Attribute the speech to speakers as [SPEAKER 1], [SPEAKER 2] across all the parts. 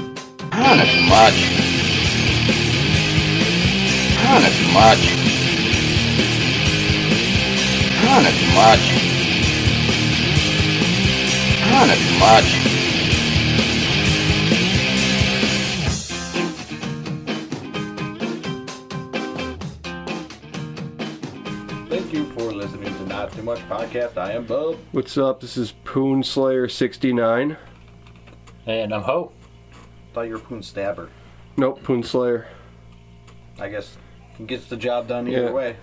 [SPEAKER 1] Not as much. Not as much. Not as much. Not as much.
[SPEAKER 2] Thank you for listening to Not Too Much Podcast. I am Bub.
[SPEAKER 3] What's up? This is Poon Slayer 69.
[SPEAKER 4] And I'm Ho.
[SPEAKER 2] Thought you were Poon Stabber.
[SPEAKER 3] Nope, Poon Slayer.
[SPEAKER 2] I guess he gets the job done either
[SPEAKER 3] Yeah.
[SPEAKER 2] way.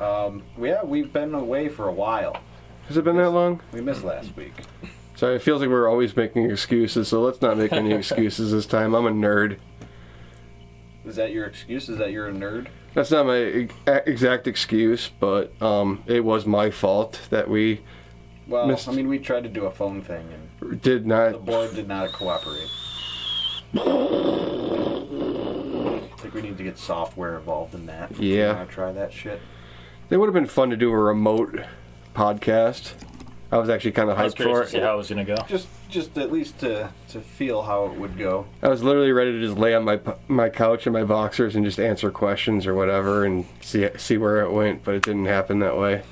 [SPEAKER 2] Um, yeah, we've been away for a while.
[SPEAKER 3] Has it been that long?
[SPEAKER 2] We missed last week.
[SPEAKER 3] Sorry, it feels like we're always making excuses, so let's not make any excuses this time. I'm a nerd.
[SPEAKER 2] Is that your excuse? Is that you're a nerd?
[SPEAKER 3] That's not my e- exact excuse, but um, it was my fault that we
[SPEAKER 2] Well,
[SPEAKER 3] Missed.
[SPEAKER 2] I mean, we tried to do a phone thing, and
[SPEAKER 3] did
[SPEAKER 2] the
[SPEAKER 3] not.
[SPEAKER 2] board did not cooperate. I think we need to get software involved in that.
[SPEAKER 3] Yeah.
[SPEAKER 2] Wanna try that shit.
[SPEAKER 3] It would have been fun to do a remote podcast. I was actually kind of
[SPEAKER 4] I was
[SPEAKER 3] hyped for
[SPEAKER 4] curious to
[SPEAKER 3] it.
[SPEAKER 4] see how it was going to go.
[SPEAKER 2] Just, just at least to to feel how it would go.
[SPEAKER 3] I was literally ready to just lay on my p- my couch in my boxers and just answer questions or whatever and see see where it went, but it didn't happen that way.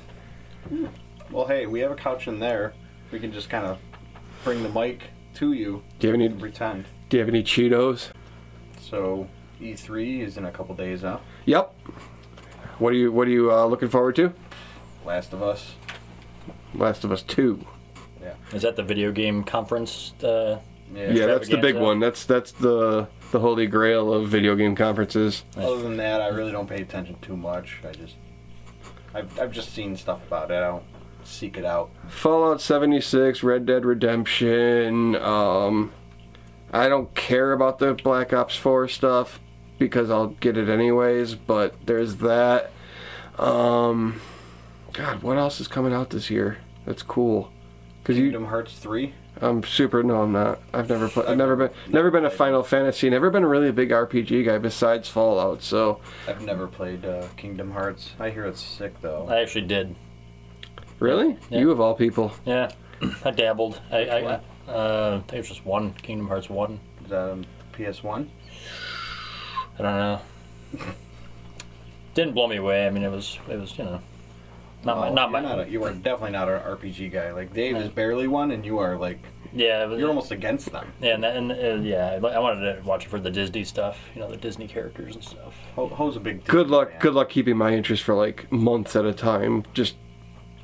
[SPEAKER 2] Well, hey, we have a couch in there. We can just kind of bring the mic to you
[SPEAKER 3] Do you have
[SPEAKER 2] and
[SPEAKER 3] any
[SPEAKER 2] pretend.
[SPEAKER 3] Do you have any Cheetos?
[SPEAKER 2] So E3 is in a couple days now.
[SPEAKER 3] Yep. What are you What are you uh, looking forward to?
[SPEAKER 2] Last of Us.
[SPEAKER 3] Last of Us Two.
[SPEAKER 4] Is that the video game conference? Uh,
[SPEAKER 2] Yeah.
[SPEAKER 3] yeah, that's the big
[SPEAKER 4] Extravaganza.
[SPEAKER 3] one. That's that's the the holy grail of video game conferences.
[SPEAKER 2] Other than that, I really don't pay attention too much. I just, I've, I've just seen stuff about it. I don't seek it out.
[SPEAKER 3] Fallout 76, Red Dead Redemption. Um, I don't care about the Black Ops 4 stuff because I'll get it anyways. But there's that. Um, God, what else is coming out this year? That's cool. Cause you,
[SPEAKER 2] Kingdom Hearts 3.
[SPEAKER 3] I'm super. No, I'm not. I've never played. I've never been. Never been a Final Fantasy. Never been a really big RPG guy besides Fallout. So
[SPEAKER 2] I've never played uh, Kingdom Hearts. I hear it's sick though.
[SPEAKER 4] I actually did.
[SPEAKER 3] really,
[SPEAKER 4] Yeah.
[SPEAKER 3] you of all people,
[SPEAKER 4] Yeah, I dabbled. I, I, uh, I think it was just one Kingdom Hearts one.
[SPEAKER 2] Is that on PS1?
[SPEAKER 4] I don't know. Didn't blow me away. I mean, it was it was you know, not my
[SPEAKER 2] Oh,
[SPEAKER 4] not my
[SPEAKER 2] you're a- you are definitely not an RPG guy. Like Dave is
[SPEAKER 4] No.
[SPEAKER 2] barely one, and you are like
[SPEAKER 4] yeah. It was,
[SPEAKER 2] you're almost against them.
[SPEAKER 4] yeah, and, that, and uh, yeah. I I wanted to watch it for the Disney stuff. You know, the Disney characters and stuff.
[SPEAKER 2] Ho, Ho's a big.
[SPEAKER 3] good luck.
[SPEAKER 2] man.
[SPEAKER 3] Good luck keeping my interest for like months at a time. Just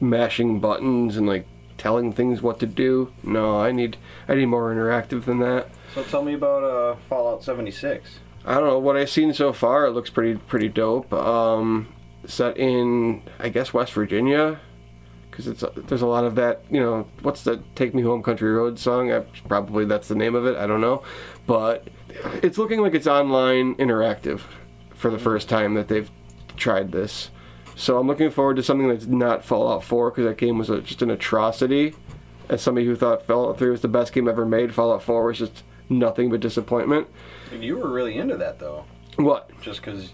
[SPEAKER 3] mashing buttons and like telling things what to do. No, I need. I need more interactive than that.
[SPEAKER 2] So tell me about uh, Fallout 76.
[SPEAKER 3] I don't know what I've seen so far. It looks pretty pretty dope. Um, set in I guess West Virginia, because it's there's a lot of that. You know, what's the "Take Me Home Country Road" song? I, probably that's the name of it. I don't know, but it's looking like it's online interactive for the first time that they've tried this. So I'm looking forward to something that's not Fallout 4 because that game was a, just an atrocity. As somebody who thought Fallout 3 was the best game ever made, Fallout 4 was just nothing but disappointment.
[SPEAKER 2] You were really into that though,
[SPEAKER 3] What?
[SPEAKER 2] just because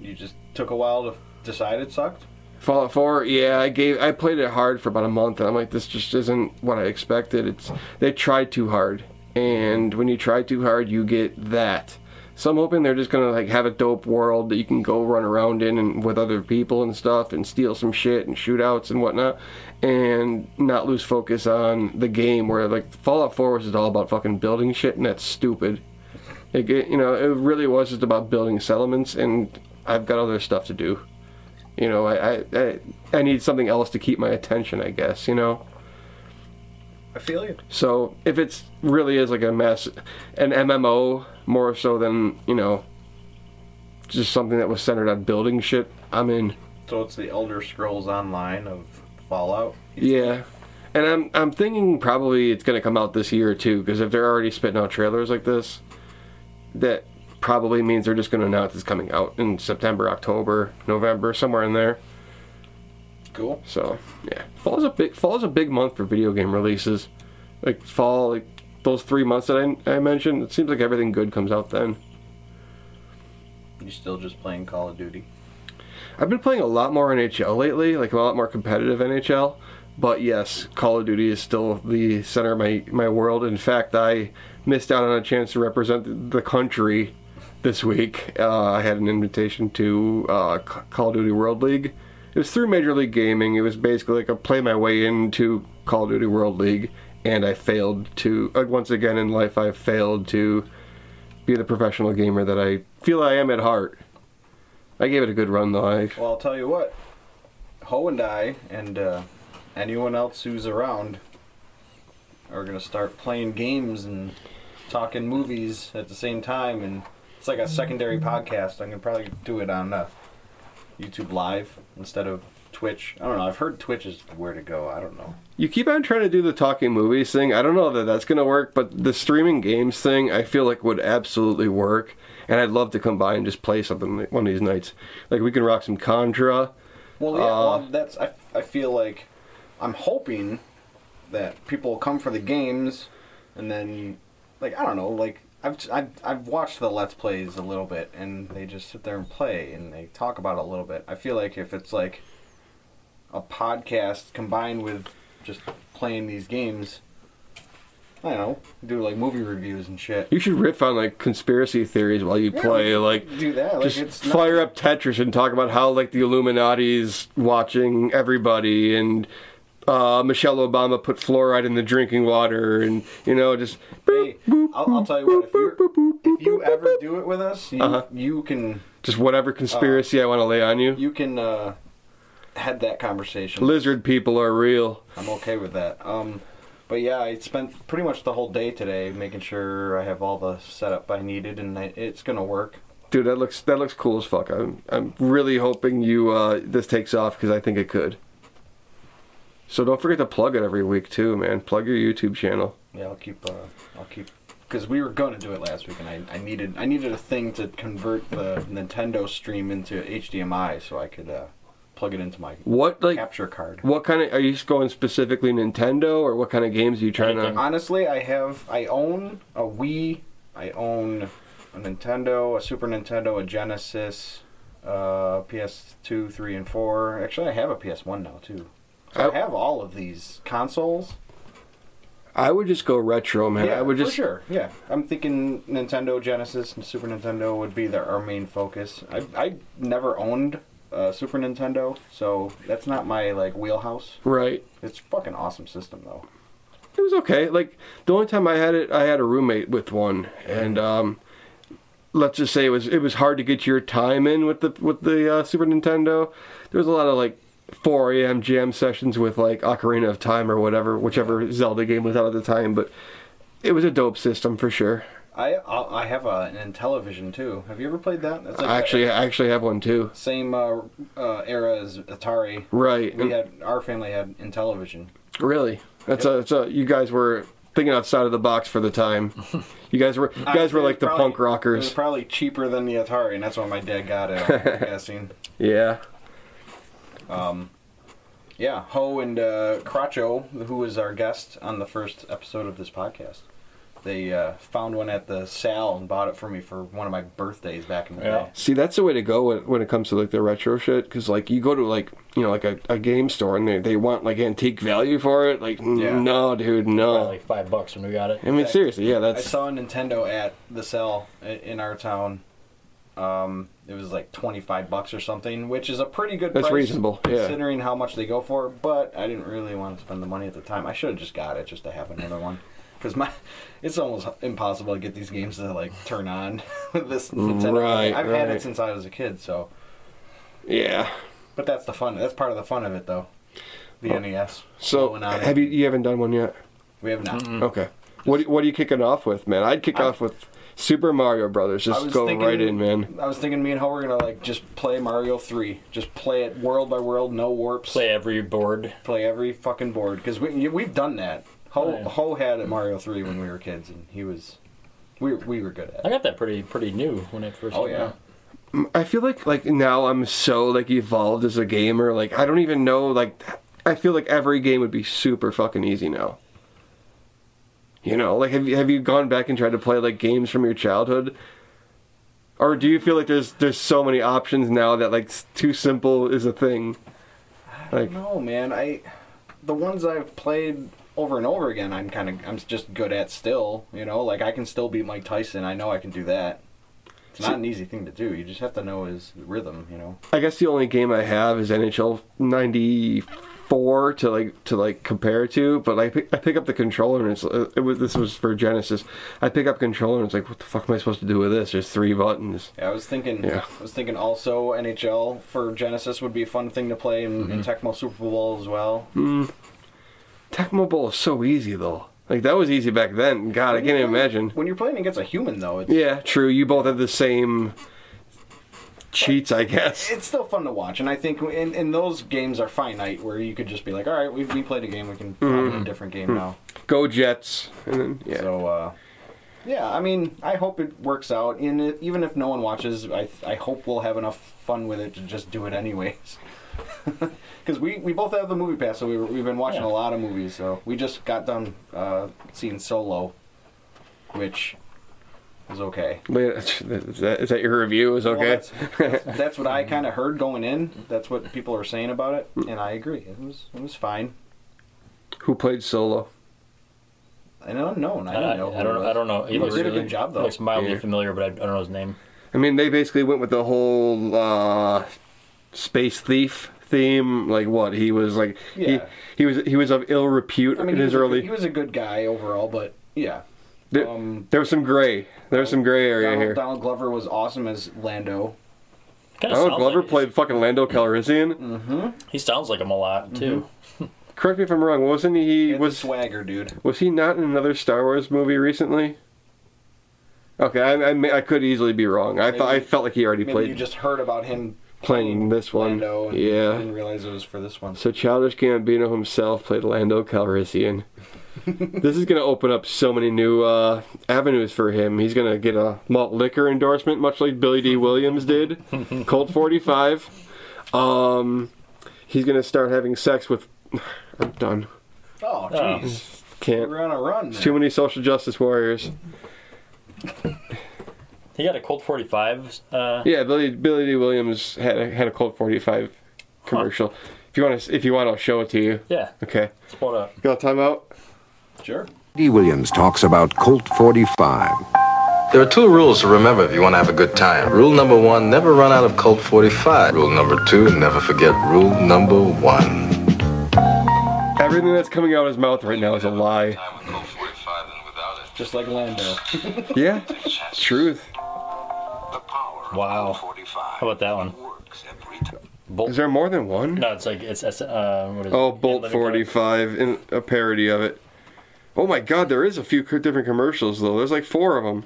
[SPEAKER 2] you just took a while to decide it sucked.
[SPEAKER 3] Fallout 4, yeah, I gave I played it hard for about a month and I'm like this just isn't what I expected. It's they tried too hard. And when you try too hard, you get that. So I'm hoping they're just going to like have a dope world that you can go run around in and with other people and stuff and steal some shit and shootouts and whatnot and not lose focus on the game where like Fallout 4 was just all about fucking building shit and that's stupid. It, it- you know, it really was just about building settlements and I've got other stuff to do you know I, I- I i need something else to keep my attention i guess you know
[SPEAKER 2] I feel you.
[SPEAKER 3] so if it's really is like a mess an mmo more so than you know just something that was centered on building shit i'm in
[SPEAKER 2] So it's the Elder Scrolls Online of Fallout.
[SPEAKER 3] yeah and i'm i'm thinking probably it's going to come out this year too because if they're already spitting out trailers like this that probably means they're just going to announce it's coming out in september october november somewhere in there
[SPEAKER 2] Cool.
[SPEAKER 3] So yeah, fall's a big fall's a big month for video game releases. Like fall, like those three months that I, I mentioned, it seems like everything good comes out then.
[SPEAKER 2] You still just playing Call of Duty?
[SPEAKER 3] I've been playing a lot more NHL lately, like a lot more competitive NHL. But yes, Call of Duty is still the center of my, my world. In fact, I missed out on a chance to represent the country this week. Uh, I had an invitation to uh, C- Call of Duty World League. It was through Major League Gaming. It was basically like a play my way into Call of Duty World League, and I failed to. Like once again in life, I failed to be the professional gamer that I feel I am at heart. I gave it a good run though. I,
[SPEAKER 2] Well, I'll tell you what. Ho and I, and uh, anyone else who's around, are gonna start playing games and talking movies at the same time, and it's like a secondary podcast. I'm gonna probably do it on uh, YouTube Live instead of Twitch. I don't know. I've heard Twitch is where to go. I don't know.
[SPEAKER 3] you keep on trying to do the talking movies thing. I don't know that that's gonna work, but the streaming games thing I feel like would absolutely work, and I'd love to come by and just play something one of these nights. Like we can rock some Contra.
[SPEAKER 2] Well, yeah,
[SPEAKER 3] Uh,
[SPEAKER 2] well, that's. I, I feel like I'm hoping that people will come for the games, and then, like, I don't know, like, I've, I've, I've watched the Let's Plays a little bit, and they just sit there and play, and they talk about it a little bit. I feel like if it's, like, a podcast combined with just playing these games, I don't know, do, like, movie reviews and shit.
[SPEAKER 3] You should riff on like conspiracy theories while you
[SPEAKER 2] Yeah,
[SPEAKER 3] play.
[SPEAKER 2] we can
[SPEAKER 3] Like
[SPEAKER 2] do that. Like,
[SPEAKER 3] just
[SPEAKER 2] it's not-
[SPEAKER 3] fire up Tetris and talk about how like the Illuminati's watching everybody and uh, Michelle Obama put fluoride in the drinking water and you know just
[SPEAKER 2] Hey, I'll, I'll tell you what, if, you if you ever do it with us, you,
[SPEAKER 3] Uh-huh.
[SPEAKER 2] you can.
[SPEAKER 3] just whatever conspiracy I want to lay on you.
[SPEAKER 2] Oh. you can uh, head that conversation.
[SPEAKER 3] Lizard people are real.
[SPEAKER 2] I'm okay with that. Um, but yeah, I spent pretty much the whole day today making sure I have all the setup I needed, and I, it's gonna work.
[SPEAKER 3] Dude, that looks that looks cool as fuck. I'm I'm really hoping you uh, this takes off because I think it could. So don't forget to plug it every week too, man. Plug your YouTube channel.
[SPEAKER 2] Yeah, I'll keep. Uh, I'll keep. Because we were gonna do it last week, and I, I needed I needed a thing to convert the Nintendo stream into HDMI so I could uh, plug it into my
[SPEAKER 3] What like
[SPEAKER 2] capture card.
[SPEAKER 3] What kind of are you just going specifically Nintendo or what kind of games are you trying to?
[SPEAKER 4] Anything.
[SPEAKER 2] Honestly, I have I own a Wii, I own a Nintendo, a Super Nintendo, a Genesis, uh, PS2, 3, and 4. Actually, I have a PS1 now too. So
[SPEAKER 3] I-
[SPEAKER 2] I have all of these consoles.
[SPEAKER 3] I would just go retro, man. I would just
[SPEAKER 2] for sure. Yeah, I'm thinking Nintendo, Genesis, and Super Nintendo would be their, our main focus. I I never owned a Super Nintendo, so that's not my like wheelhouse.
[SPEAKER 3] right.
[SPEAKER 2] It's fucking awesome system though.
[SPEAKER 3] It was okay. Like the only time I had it, I had a roommate with one, and um, let's just say it was it was hard to get your time in with the with the uh, Super Nintendo. There was a lot of like 4 a.m. jam sessions with like Ocarina of Time or whatever, whichever Zelda game was out at the time. But it was a dope system for sure.
[SPEAKER 2] I I I have a, an Intellivision too. Have you ever played that? That's
[SPEAKER 3] I actually I actually have one too.
[SPEAKER 2] same uh, uh, era as Atari.
[SPEAKER 3] Right.
[SPEAKER 2] We had our family had Intellivision.
[SPEAKER 3] Really? That's a, that's a. You guys were thinking outside of the box for the time. You guys were. You guys were
[SPEAKER 2] It was
[SPEAKER 3] like the
[SPEAKER 2] probably-
[SPEAKER 3] punk
[SPEAKER 2] It was
[SPEAKER 3] rockers.
[SPEAKER 2] probably cheaper than the Atari, and that's why my dad got it. I'm guessing.
[SPEAKER 3] Yeah.
[SPEAKER 2] Yeah, Ho and uh, Cracho, who was our guest on the first episode of this podcast, they uh, found one at the Sal and bought it for me for one of my birthdays back in the
[SPEAKER 4] Yeah.
[SPEAKER 2] day.
[SPEAKER 3] See, that's the way to go when, when it comes to like the retro shit. Because like you go to like you know like a, a game store and they, they want like antique value for it. Like n-
[SPEAKER 2] Yeah.
[SPEAKER 3] no, dude,
[SPEAKER 2] Uh,
[SPEAKER 4] Probably
[SPEAKER 3] no.
[SPEAKER 4] like five bucks when we got it.
[SPEAKER 3] I mean,
[SPEAKER 2] I-
[SPEAKER 3] seriously, yeah,
[SPEAKER 2] I
[SPEAKER 3] that's
[SPEAKER 2] saw a Nintendo at the Sal i- in our town. Um, it was like twenty five bucks or something, which is a pretty good.
[SPEAKER 3] That's
[SPEAKER 2] price,
[SPEAKER 3] reasonable, yeah.
[SPEAKER 2] Considering how much they go for, but I didn't really want to spend the money at the time. I should have just got it just to have another one, because my it's almost impossible to get these games to like turn on with this Nintendo.
[SPEAKER 3] Right,
[SPEAKER 2] I've had
[SPEAKER 3] right.
[SPEAKER 2] it since I was a kid, so.
[SPEAKER 3] yeah.
[SPEAKER 2] But that's the fun. That's part of the fun of it, though. The NES.
[SPEAKER 3] Oh. So
[SPEAKER 2] Going on it.
[SPEAKER 3] have you you haven't done one yet?
[SPEAKER 2] We have not.
[SPEAKER 3] Okay. What do- what are you kicking off with, man? I'd kick off with Super Mario Brothers.
[SPEAKER 2] I
[SPEAKER 3] Just
[SPEAKER 2] was
[SPEAKER 3] go
[SPEAKER 2] thinking-
[SPEAKER 3] right in, man.
[SPEAKER 2] I was thinking me and Ho were gonna like just play Mario Three, just play it world by world, no warps,
[SPEAKER 4] Play every board.
[SPEAKER 2] play every fucking board because we you- we've done that. Ho
[SPEAKER 4] Oh, yeah.
[SPEAKER 2] Ho had it Mario Three when we were kids, and he was we we were good at.
[SPEAKER 4] I
[SPEAKER 2] it.
[SPEAKER 4] got that pretty pretty new when it first
[SPEAKER 2] Oh
[SPEAKER 4] came
[SPEAKER 2] yeah,
[SPEAKER 4] out.
[SPEAKER 3] I feel like like now I'm so like evolved as a gamer. Like I don't even know. Like I feel like every game would be super fucking easy now. You know, like have you have you gone back and tried to play like games from your childhood? Or do you feel like there's there's so many options now that like s- too simple is a thing? Like
[SPEAKER 2] no man, I the ones I've played over and over again, I'm kind of I'm just good at still. You know, like I can still beat Mike Tyson. I know I can do that. It's not an easy thing to do. You just have to know his rhythm. You know.
[SPEAKER 3] I guess the only game I have is NHL '94 to like to like compare to, but I pick, I pick up the controller and it's uh, it was this was for Genesis. I pick up controller and it's like what the fuck am I supposed to do with this? There's three buttons.
[SPEAKER 2] Yeah, I was thinking.
[SPEAKER 3] Yeah.
[SPEAKER 2] I was thinking also NHL for Genesis would be a fun thing to play in, in
[SPEAKER 3] Mm-hmm.
[SPEAKER 2] Tecmo Super Bowl as well.
[SPEAKER 3] Hmm. Tecmo Bowl is so easy though. Like that was easy back then. God, I can't even imagine.
[SPEAKER 2] When you're playing against a human though, it's
[SPEAKER 3] Yeah, true. You both have the same cheats, I guess.
[SPEAKER 2] it's still fun to watch, and I think in, in those games are finite where you could just be like, all right, we we played a game, we can play
[SPEAKER 3] Mm-hmm.
[SPEAKER 2] a different
[SPEAKER 3] Hmm.
[SPEAKER 2] game now.
[SPEAKER 3] Go Jets, and then yeah.
[SPEAKER 2] So, uh, yeah, I mean, I hope it works out. And it, even if no one watches, I, I hope we'll have enough fun with it to just do it anyways. Because we, we both have the movie pass, so we, were- we've been watching a
[SPEAKER 4] Yeah.
[SPEAKER 2] lot of movies. So we just got done uh, seeing Solo, which is okay.
[SPEAKER 3] Wait, Is that, is that your review? Is
[SPEAKER 2] Well,
[SPEAKER 3] okay.
[SPEAKER 2] that's, that's, that's what I kind of heard going in. That's what people are saying about it, and I agree. It was it was fine.
[SPEAKER 3] Who played solo?
[SPEAKER 2] An unknown. I
[SPEAKER 4] I,
[SPEAKER 2] don't
[SPEAKER 4] I,
[SPEAKER 2] know. who
[SPEAKER 4] I don't
[SPEAKER 2] it
[SPEAKER 4] know.
[SPEAKER 2] was.
[SPEAKER 4] I don't know.
[SPEAKER 2] He did a good job though.
[SPEAKER 4] Looks mildly
[SPEAKER 3] Yeah.
[SPEAKER 4] familiar, but I, I don't know his name.
[SPEAKER 3] I mean, they basically went with the whole uh, space thief theme. Like what he was like. He,
[SPEAKER 2] Yeah.
[SPEAKER 3] he was he was of ill repute
[SPEAKER 2] I mean,
[SPEAKER 3] in
[SPEAKER 2] he
[SPEAKER 3] his
[SPEAKER 2] was a-
[SPEAKER 3] early.
[SPEAKER 2] he was a good guy overall, but yeah.
[SPEAKER 3] there,
[SPEAKER 2] um,
[SPEAKER 3] there was some gray. There was some gray area
[SPEAKER 2] Donald,
[SPEAKER 3] here.
[SPEAKER 2] Donald Glover was awesome as Lando.
[SPEAKER 4] Kinda
[SPEAKER 2] Oh,
[SPEAKER 3] Donald
[SPEAKER 4] sounds
[SPEAKER 3] Glover
[SPEAKER 4] like-
[SPEAKER 3] played fucking Lando Calrissian.
[SPEAKER 4] He sounds like him a lot too.
[SPEAKER 3] Correct me if I'm wrong. Wasn't he
[SPEAKER 2] He was
[SPEAKER 3] was
[SPEAKER 2] swagger, dude.
[SPEAKER 3] was he not in another Star Wars movie recently? Okay, I, I, may- I could easily be wrong. I thought I
[SPEAKER 2] Maybe-
[SPEAKER 3] felt like he already
[SPEAKER 2] Maybe you
[SPEAKER 3] played
[SPEAKER 2] just heard about him
[SPEAKER 3] playing this one.
[SPEAKER 2] Lando. And
[SPEAKER 3] yeah.
[SPEAKER 2] Didn't realize it was for this one.
[SPEAKER 3] So Childish Gambino himself played Lando Calrissian. this is going to open up so many new uh, avenues for him. He's going to get a malt liquor endorsement, much like Billy D. Williams did, Colt 45. Um, he's going to start having sex with. I'm done.
[SPEAKER 2] Oh, jeez.
[SPEAKER 3] Can't.
[SPEAKER 2] We're on a run.
[SPEAKER 3] Too many social justice warriors.
[SPEAKER 4] He got a Colt 45. Uh,
[SPEAKER 3] Yeah, Billy Billy D. Williams had a, had a Colt 45 commercial. If you want to, if you want, I'll show it to you.
[SPEAKER 4] yeah.
[SPEAKER 3] Okay.
[SPEAKER 4] Let's pull it up.
[SPEAKER 3] Got a timeout?
[SPEAKER 2] there. Sure.
[SPEAKER 5] D. Williams talks about Colt 45.
[SPEAKER 6] There are two rules to remember if you want to have a good time. Rule number one, never run out of Colt 45. Rule number two, never forget rule number one.
[SPEAKER 3] Everything that's coming out of his mouth right now is a lie.
[SPEAKER 7] time with Colt 45 than without it.
[SPEAKER 2] Just like Lando.
[SPEAKER 3] Yeah,
[SPEAKER 7] Chances.
[SPEAKER 3] truth.
[SPEAKER 7] The power of
[SPEAKER 4] Wow.
[SPEAKER 7] Colt 45.
[SPEAKER 4] How about that one?
[SPEAKER 7] Works every time.
[SPEAKER 3] Is there more than one?
[SPEAKER 4] No, it's like it's, it's uh, what is
[SPEAKER 3] Oh,
[SPEAKER 4] it?
[SPEAKER 3] Bolt
[SPEAKER 4] Living Color.
[SPEAKER 3] 45 in a parody of it. Oh my God, there is a few co- different commercials though. There's like four of them.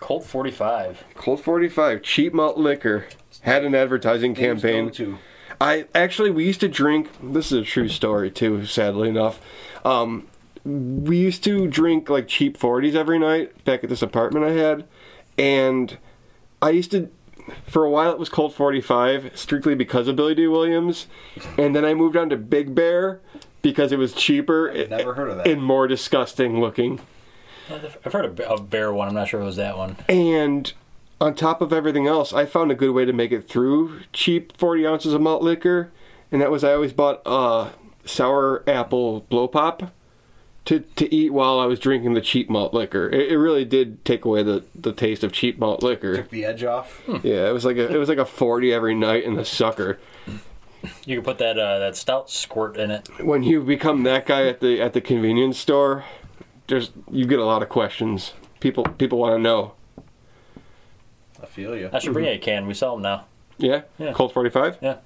[SPEAKER 4] Colt 45.
[SPEAKER 3] Cold 45, cheap malt liquor. Had an advertising campaign.
[SPEAKER 2] To.
[SPEAKER 3] I actually we used to drink. This is a true story too. Sadly enough, um, we used to drink like cheap forties every night back at this apartment I had, and I used to. For a while, it was Cold 45 strictly because of Billy D. Williams, and then I moved on to Big Bear because it was cheaper
[SPEAKER 2] never heard of that.
[SPEAKER 3] and more disgusting looking.
[SPEAKER 4] I've heard of a bear one. I'm not sure it was that one.
[SPEAKER 3] And on top of everything else, I found a good way to make it through cheap 40 ounces of malt liquor, and that was I always bought uh, sour apple blow pop to, to eat while I was drinking the cheap malt liquor. It, it really did take away the, the taste of cheap malt liquor.
[SPEAKER 2] Took the edge off.
[SPEAKER 3] Yeah, it was like a, it was like a 40 every night in the sucker.
[SPEAKER 4] You could put that uh, that stout squirt in it.
[SPEAKER 3] When you become that guy at the at the convenience store, there's you get a lot of questions. People people want to know.
[SPEAKER 2] I feel you.
[SPEAKER 4] I should bring you a
[SPEAKER 3] Mm-hmm.
[SPEAKER 4] can. We sell them now.
[SPEAKER 3] Yeah?
[SPEAKER 4] Yeah.
[SPEAKER 3] Cold 45?
[SPEAKER 4] Yeah.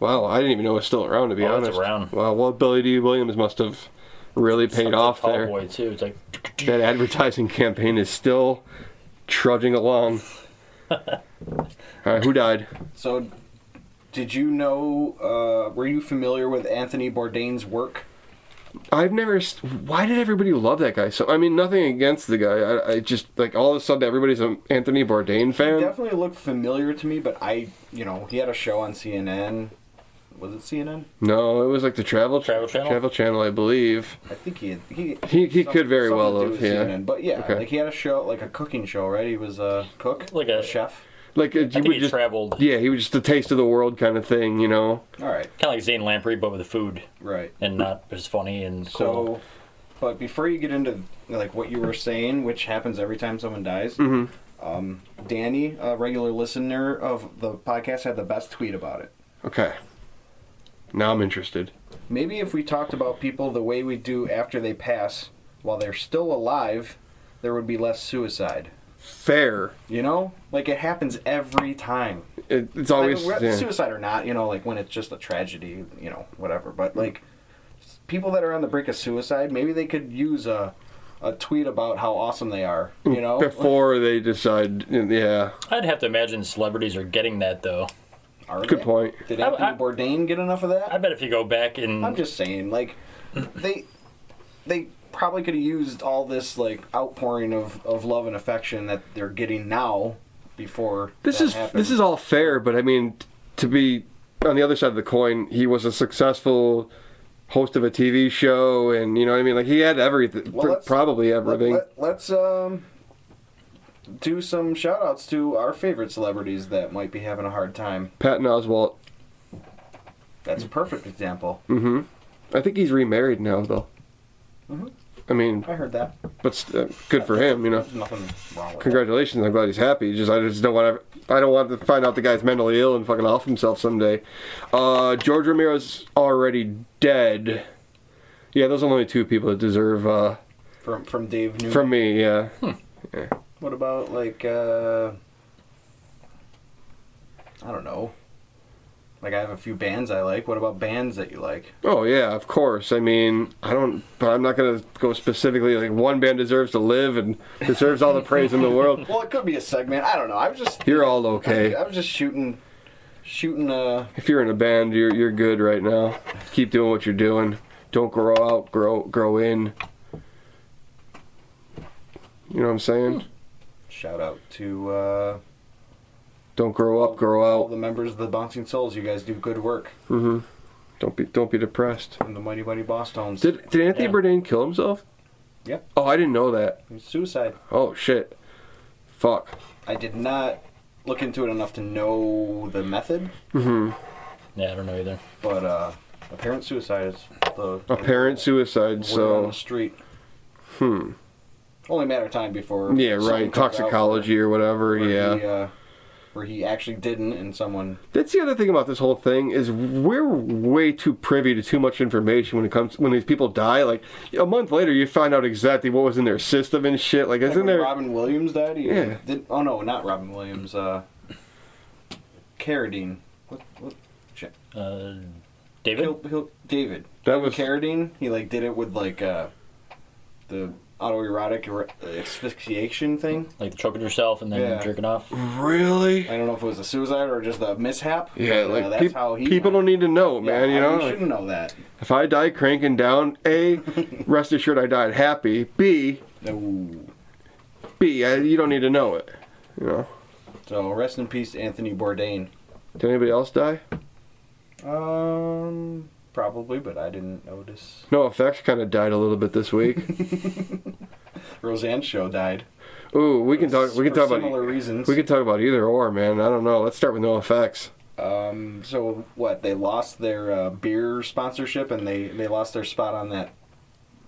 [SPEAKER 3] Wow, I didn't even know it was still around to be
[SPEAKER 4] Oh, it's
[SPEAKER 3] honest.
[SPEAKER 4] around.
[SPEAKER 3] Wow, well, Billy D. Williams must have really paid
[SPEAKER 4] Sounds
[SPEAKER 3] off
[SPEAKER 4] like
[SPEAKER 3] there.
[SPEAKER 4] Tall boy too. It's like
[SPEAKER 3] That advertising campaign is still trudging along. All right, who died?
[SPEAKER 2] So, did you know? Uh, were you familiar with Anthony Bourdain's work?
[SPEAKER 3] I've never. s- Why did everybody love that guy? So I mean, nothing against the guy. I, I just like all of a sudden everybody's an Anthony Bourdain
[SPEAKER 2] He
[SPEAKER 3] fan.
[SPEAKER 2] definitely looked familiar to me, but I, you know, he had a show on CNN. Was it CNN?
[SPEAKER 3] No, it was like the Travel
[SPEAKER 4] Travel Channel?
[SPEAKER 3] Travel Channel, I believe.
[SPEAKER 2] I think he had, he
[SPEAKER 3] He he
[SPEAKER 2] some-
[SPEAKER 3] could very
[SPEAKER 2] something
[SPEAKER 3] well
[SPEAKER 2] to do
[SPEAKER 3] have.
[SPEAKER 2] with
[SPEAKER 3] Yeah.
[SPEAKER 2] CNN, but yeah,
[SPEAKER 3] Okay.
[SPEAKER 2] like he had a show, like a cooking show, right? He was a cook,
[SPEAKER 4] Like a-
[SPEAKER 2] chef.
[SPEAKER 3] Like uh,
[SPEAKER 4] I
[SPEAKER 3] you
[SPEAKER 4] think
[SPEAKER 3] would
[SPEAKER 4] he
[SPEAKER 3] just
[SPEAKER 4] traveled
[SPEAKER 3] yeah, he was just a taste of the world kind of thing, you know.
[SPEAKER 2] All right,
[SPEAKER 4] kind of like Zane Lamprey, but with the food
[SPEAKER 2] right.
[SPEAKER 4] and not as funny and cool.
[SPEAKER 2] So, but before you get into like what you were saying, which happens every time someone dies,
[SPEAKER 3] Mm-hmm.
[SPEAKER 2] um, Danny, a regular listener of the podcast, had the best tweet about it.
[SPEAKER 3] Okay. Now I'm interested.
[SPEAKER 2] Maybe if we talked about people the way we do after they pass, while they're still alive, there would be less suicide.
[SPEAKER 3] Fair.
[SPEAKER 2] You know, like it happens every time.
[SPEAKER 3] It, it's
[SPEAKER 2] I mean,
[SPEAKER 3] always
[SPEAKER 2] whether
[SPEAKER 3] yeah.
[SPEAKER 2] suicide or not, you know, like when it's just a tragedy, you know, whatever. But
[SPEAKER 3] Mm-hmm.
[SPEAKER 2] like people that are on the brink of suicide, maybe they could use a a tweet about how awesome they are. You know,
[SPEAKER 3] before they decide. Yeah.
[SPEAKER 4] I'd have to imagine celebrities are getting that though.
[SPEAKER 2] Are
[SPEAKER 3] Good
[SPEAKER 2] they?
[SPEAKER 3] point. Mm-hmm.
[SPEAKER 2] Did
[SPEAKER 4] I-
[SPEAKER 2] Anthony
[SPEAKER 4] I-
[SPEAKER 2] Bourdain get enough of that?
[SPEAKER 4] I bet if you go back and
[SPEAKER 2] I'm just saying, like they they probably could have used all this like outpouring of of love and affection that they're getting now before
[SPEAKER 3] This
[SPEAKER 2] that
[SPEAKER 3] is
[SPEAKER 2] happened.
[SPEAKER 3] this is all fair, but I mean, t- to be on the other side of the coin, he was a successful host of a TV show, and you know what I mean. Like he had everything,
[SPEAKER 2] Well,
[SPEAKER 3] pr-
[SPEAKER 2] let's-
[SPEAKER 3] probably
[SPEAKER 2] Let,
[SPEAKER 3] everything.
[SPEAKER 2] us um do some shout outs to our favorite celebrities that might be having a hard time.
[SPEAKER 3] Patton Oswalt.
[SPEAKER 2] That's a perfect example.
[SPEAKER 3] hmm I think he's remarried now, though.
[SPEAKER 2] Mhm.
[SPEAKER 3] I mean,
[SPEAKER 2] I heard that.
[SPEAKER 3] but st- uh, good for him, you know.
[SPEAKER 2] There's nothing wrong with that.
[SPEAKER 3] Congratulations! I'm glad he's happy. Just I just don't want to. I don't want to find out the guy's mentally ill and fucking off himself someday. Uh, George Romero's already dead. Yeah, those are the only two people that deserve uh,
[SPEAKER 2] From from Dave Newman.
[SPEAKER 3] from me. Yeah.
[SPEAKER 2] what about like uh I don't know. Like I have a few bands I like. What about bands that you like?
[SPEAKER 3] Oh yeah, of course. I mean, I don't, but I'm not gonna go specifically like one band deserves to live and deserves all the praise in the world.
[SPEAKER 2] Well, it could be a segment. I don't know. I was just
[SPEAKER 3] You're all
[SPEAKER 2] I,
[SPEAKER 3] okay.
[SPEAKER 2] was just shooting shooting uh
[SPEAKER 3] If you're in a band, you're you're good right now. Keep doing what you're doing. Don't grow out, grow grow in. You know what I'm saying?
[SPEAKER 2] shout out to uh
[SPEAKER 3] Don't grow up,
[SPEAKER 2] all
[SPEAKER 3] grow
[SPEAKER 2] the
[SPEAKER 3] out.
[SPEAKER 2] members of the Bouncing Souls. You guys do good work.
[SPEAKER 3] hmm Don't be don't be depressed.
[SPEAKER 2] from the Mighty Mighty Boss Tones.
[SPEAKER 3] Did did Anthony
[SPEAKER 4] Yeah.
[SPEAKER 3] Bourdain kill himself?
[SPEAKER 2] Yep.
[SPEAKER 3] Oh, I didn't know that.
[SPEAKER 2] Suicide.
[SPEAKER 3] Oh shit. Fuck.
[SPEAKER 2] I did not look into it enough to know the method,
[SPEAKER 3] Mm-hmm.
[SPEAKER 4] yeah, I don't know either.
[SPEAKER 2] but uh, apparent suicide is the
[SPEAKER 3] Apparent suicide.
[SPEAKER 2] word
[SPEAKER 3] So.
[SPEAKER 2] on the street. Hmm. Only a matter of time before.
[SPEAKER 3] Yeah,
[SPEAKER 2] something
[SPEAKER 3] right.
[SPEAKER 2] comes out
[SPEAKER 3] Toxicology or whatever.
[SPEAKER 2] where
[SPEAKER 3] yeah.
[SPEAKER 2] He, uh, where he actually didn't, and someone.
[SPEAKER 3] That's the other thing about this whole thing is we're way too privy to too much information when it comes when these people die. Like a month later, you find out exactly what was in their system and shit. Like
[SPEAKER 2] Like when
[SPEAKER 3] isn't there?
[SPEAKER 2] Robin Williams died. He
[SPEAKER 3] Yeah.
[SPEAKER 2] Did, oh no, not Robin Williams. Uh, Carradine. What? What? shit.
[SPEAKER 4] Uh, David,
[SPEAKER 2] He'll, he'll, David.
[SPEAKER 3] that was
[SPEAKER 2] Carradine, he like did it with like uh, the autoerotic er- asphyxiation thing.
[SPEAKER 4] like choking yourself and then
[SPEAKER 2] Yeah.
[SPEAKER 4] jerking off.
[SPEAKER 3] really.
[SPEAKER 2] I don't know if it was a suicide or just a mishap.
[SPEAKER 3] Yeah,
[SPEAKER 2] Uh,
[SPEAKER 3] like
[SPEAKER 2] that's
[SPEAKER 3] peop-
[SPEAKER 2] how he.
[SPEAKER 3] people don't need to know,
[SPEAKER 2] Yeah,
[SPEAKER 3] man.
[SPEAKER 2] I-
[SPEAKER 3] you know,
[SPEAKER 2] you
[SPEAKER 3] Like,
[SPEAKER 2] shouldn't know that.
[SPEAKER 3] if I die cranking down, a, rest assured I died happy. B,
[SPEAKER 2] No.
[SPEAKER 3] B, I, you don't need to know it. You know,
[SPEAKER 2] So rest in peace, Anthony Bourdain.
[SPEAKER 3] did anybody else die?
[SPEAKER 2] Um, probably, but I didn't notice.
[SPEAKER 3] No effects kind of died a little bit this week.
[SPEAKER 2] Roseanne's show died.
[SPEAKER 3] Ooh, we can talk. We can
[SPEAKER 2] For
[SPEAKER 3] talk about
[SPEAKER 2] similar reasons.
[SPEAKER 3] We could talk about either or, man. I don't know. Let's start with no effects.
[SPEAKER 2] Um, so what? They lost their uh, beer sponsorship and they they lost their spot on that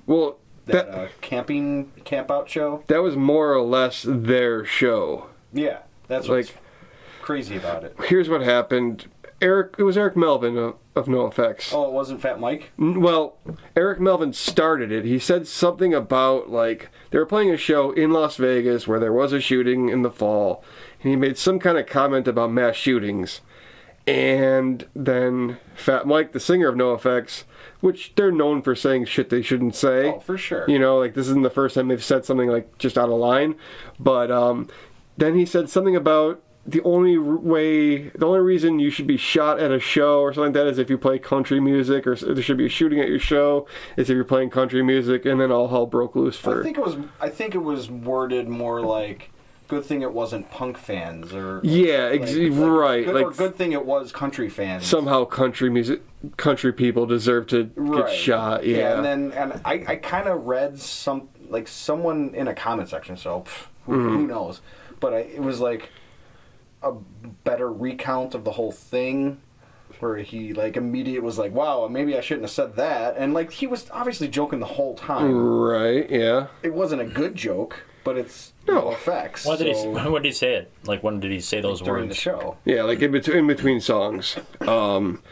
[SPEAKER 3] Well,
[SPEAKER 2] that
[SPEAKER 3] that
[SPEAKER 2] uh, camping camp out show.
[SPEAKER 3] that was more or less their show.
[SPEAKER 2] Yeah, that's what's
[SPEAKER 3] Like,
[SPEAKER 2] crazy about it.
[SPEAKER 3] here's what happened. Eric, it was Eric Melvin of, of No Effects.
[SPEAKER 2] Oh, it wasn't Fat Mike.
[SPEAKER 3] N- Well, Eric Melvin started it. He said something about like they were playing a show in Las Vegas where there was a shooting in the fall, and he made some kind of comment about mass shootings. And then Fat Mike, the singer of No Effects, which they're known for saying shit they shouldn't say.
[SPEAKER 2] Oh, for sure.
[SPEAKER 3] You know, like this isn't the first time they've said something like just out of line. But um, then he said something about the only r- way, the only reason you should be shot at a show or something like that is if you play country music, or s- there should be a shooting at your show is if you're playing country music, and then all hell broke loose
[SPEAKER 2] I
[SPEAKER 3] for.
[SPEAKER 2] think it was. I think it was worded more like, "Good thing it wasn't punk fans," or
[SPEAKER 3] yeah,
[SPEAKER 2] like-
[SPEAKER 3] ex-
[SPEAKER 2] like,
[SPEAKER 3] right.
[SPEAKER 2] Good,
[SPEAKER 3] like
[SPEAKER 2] or good thing it was country fans.
[SPEAKER 3] somehow country music, country people deserve to
[SPEAKER 2] Right.
[SPEAKER 3] get shot. Yeah.
[SPEAKER 2] and then and I, I kind of read some like
[SPEAKER 3] Mm-hmm.
[SPEAKER 2] someone in a comment section, so pff, who, who knows? But I, it was like a better recount of the whole thing where he like immediate was like, "Wow, maybe I shouldn't have said that," and like he was obviously joking the whole time.
[SPEAKER 3] Right, yeah.
[SPEAKER 2] It wasn't a good joke, but it's
[SPEAKER 3] No.
[SPEAKER 2] no effects.
[SPEAKER 4] Why did he?
[SPEAKER 2] so-
[SPEAKER 4] When did he say it? Like when did he say those
[SPEAKER 2] during the
[SPEAKER 4] words?
[SPEAKER 2] show?
[SPEAKER 3] Yeah, like in between, in between songs. Um,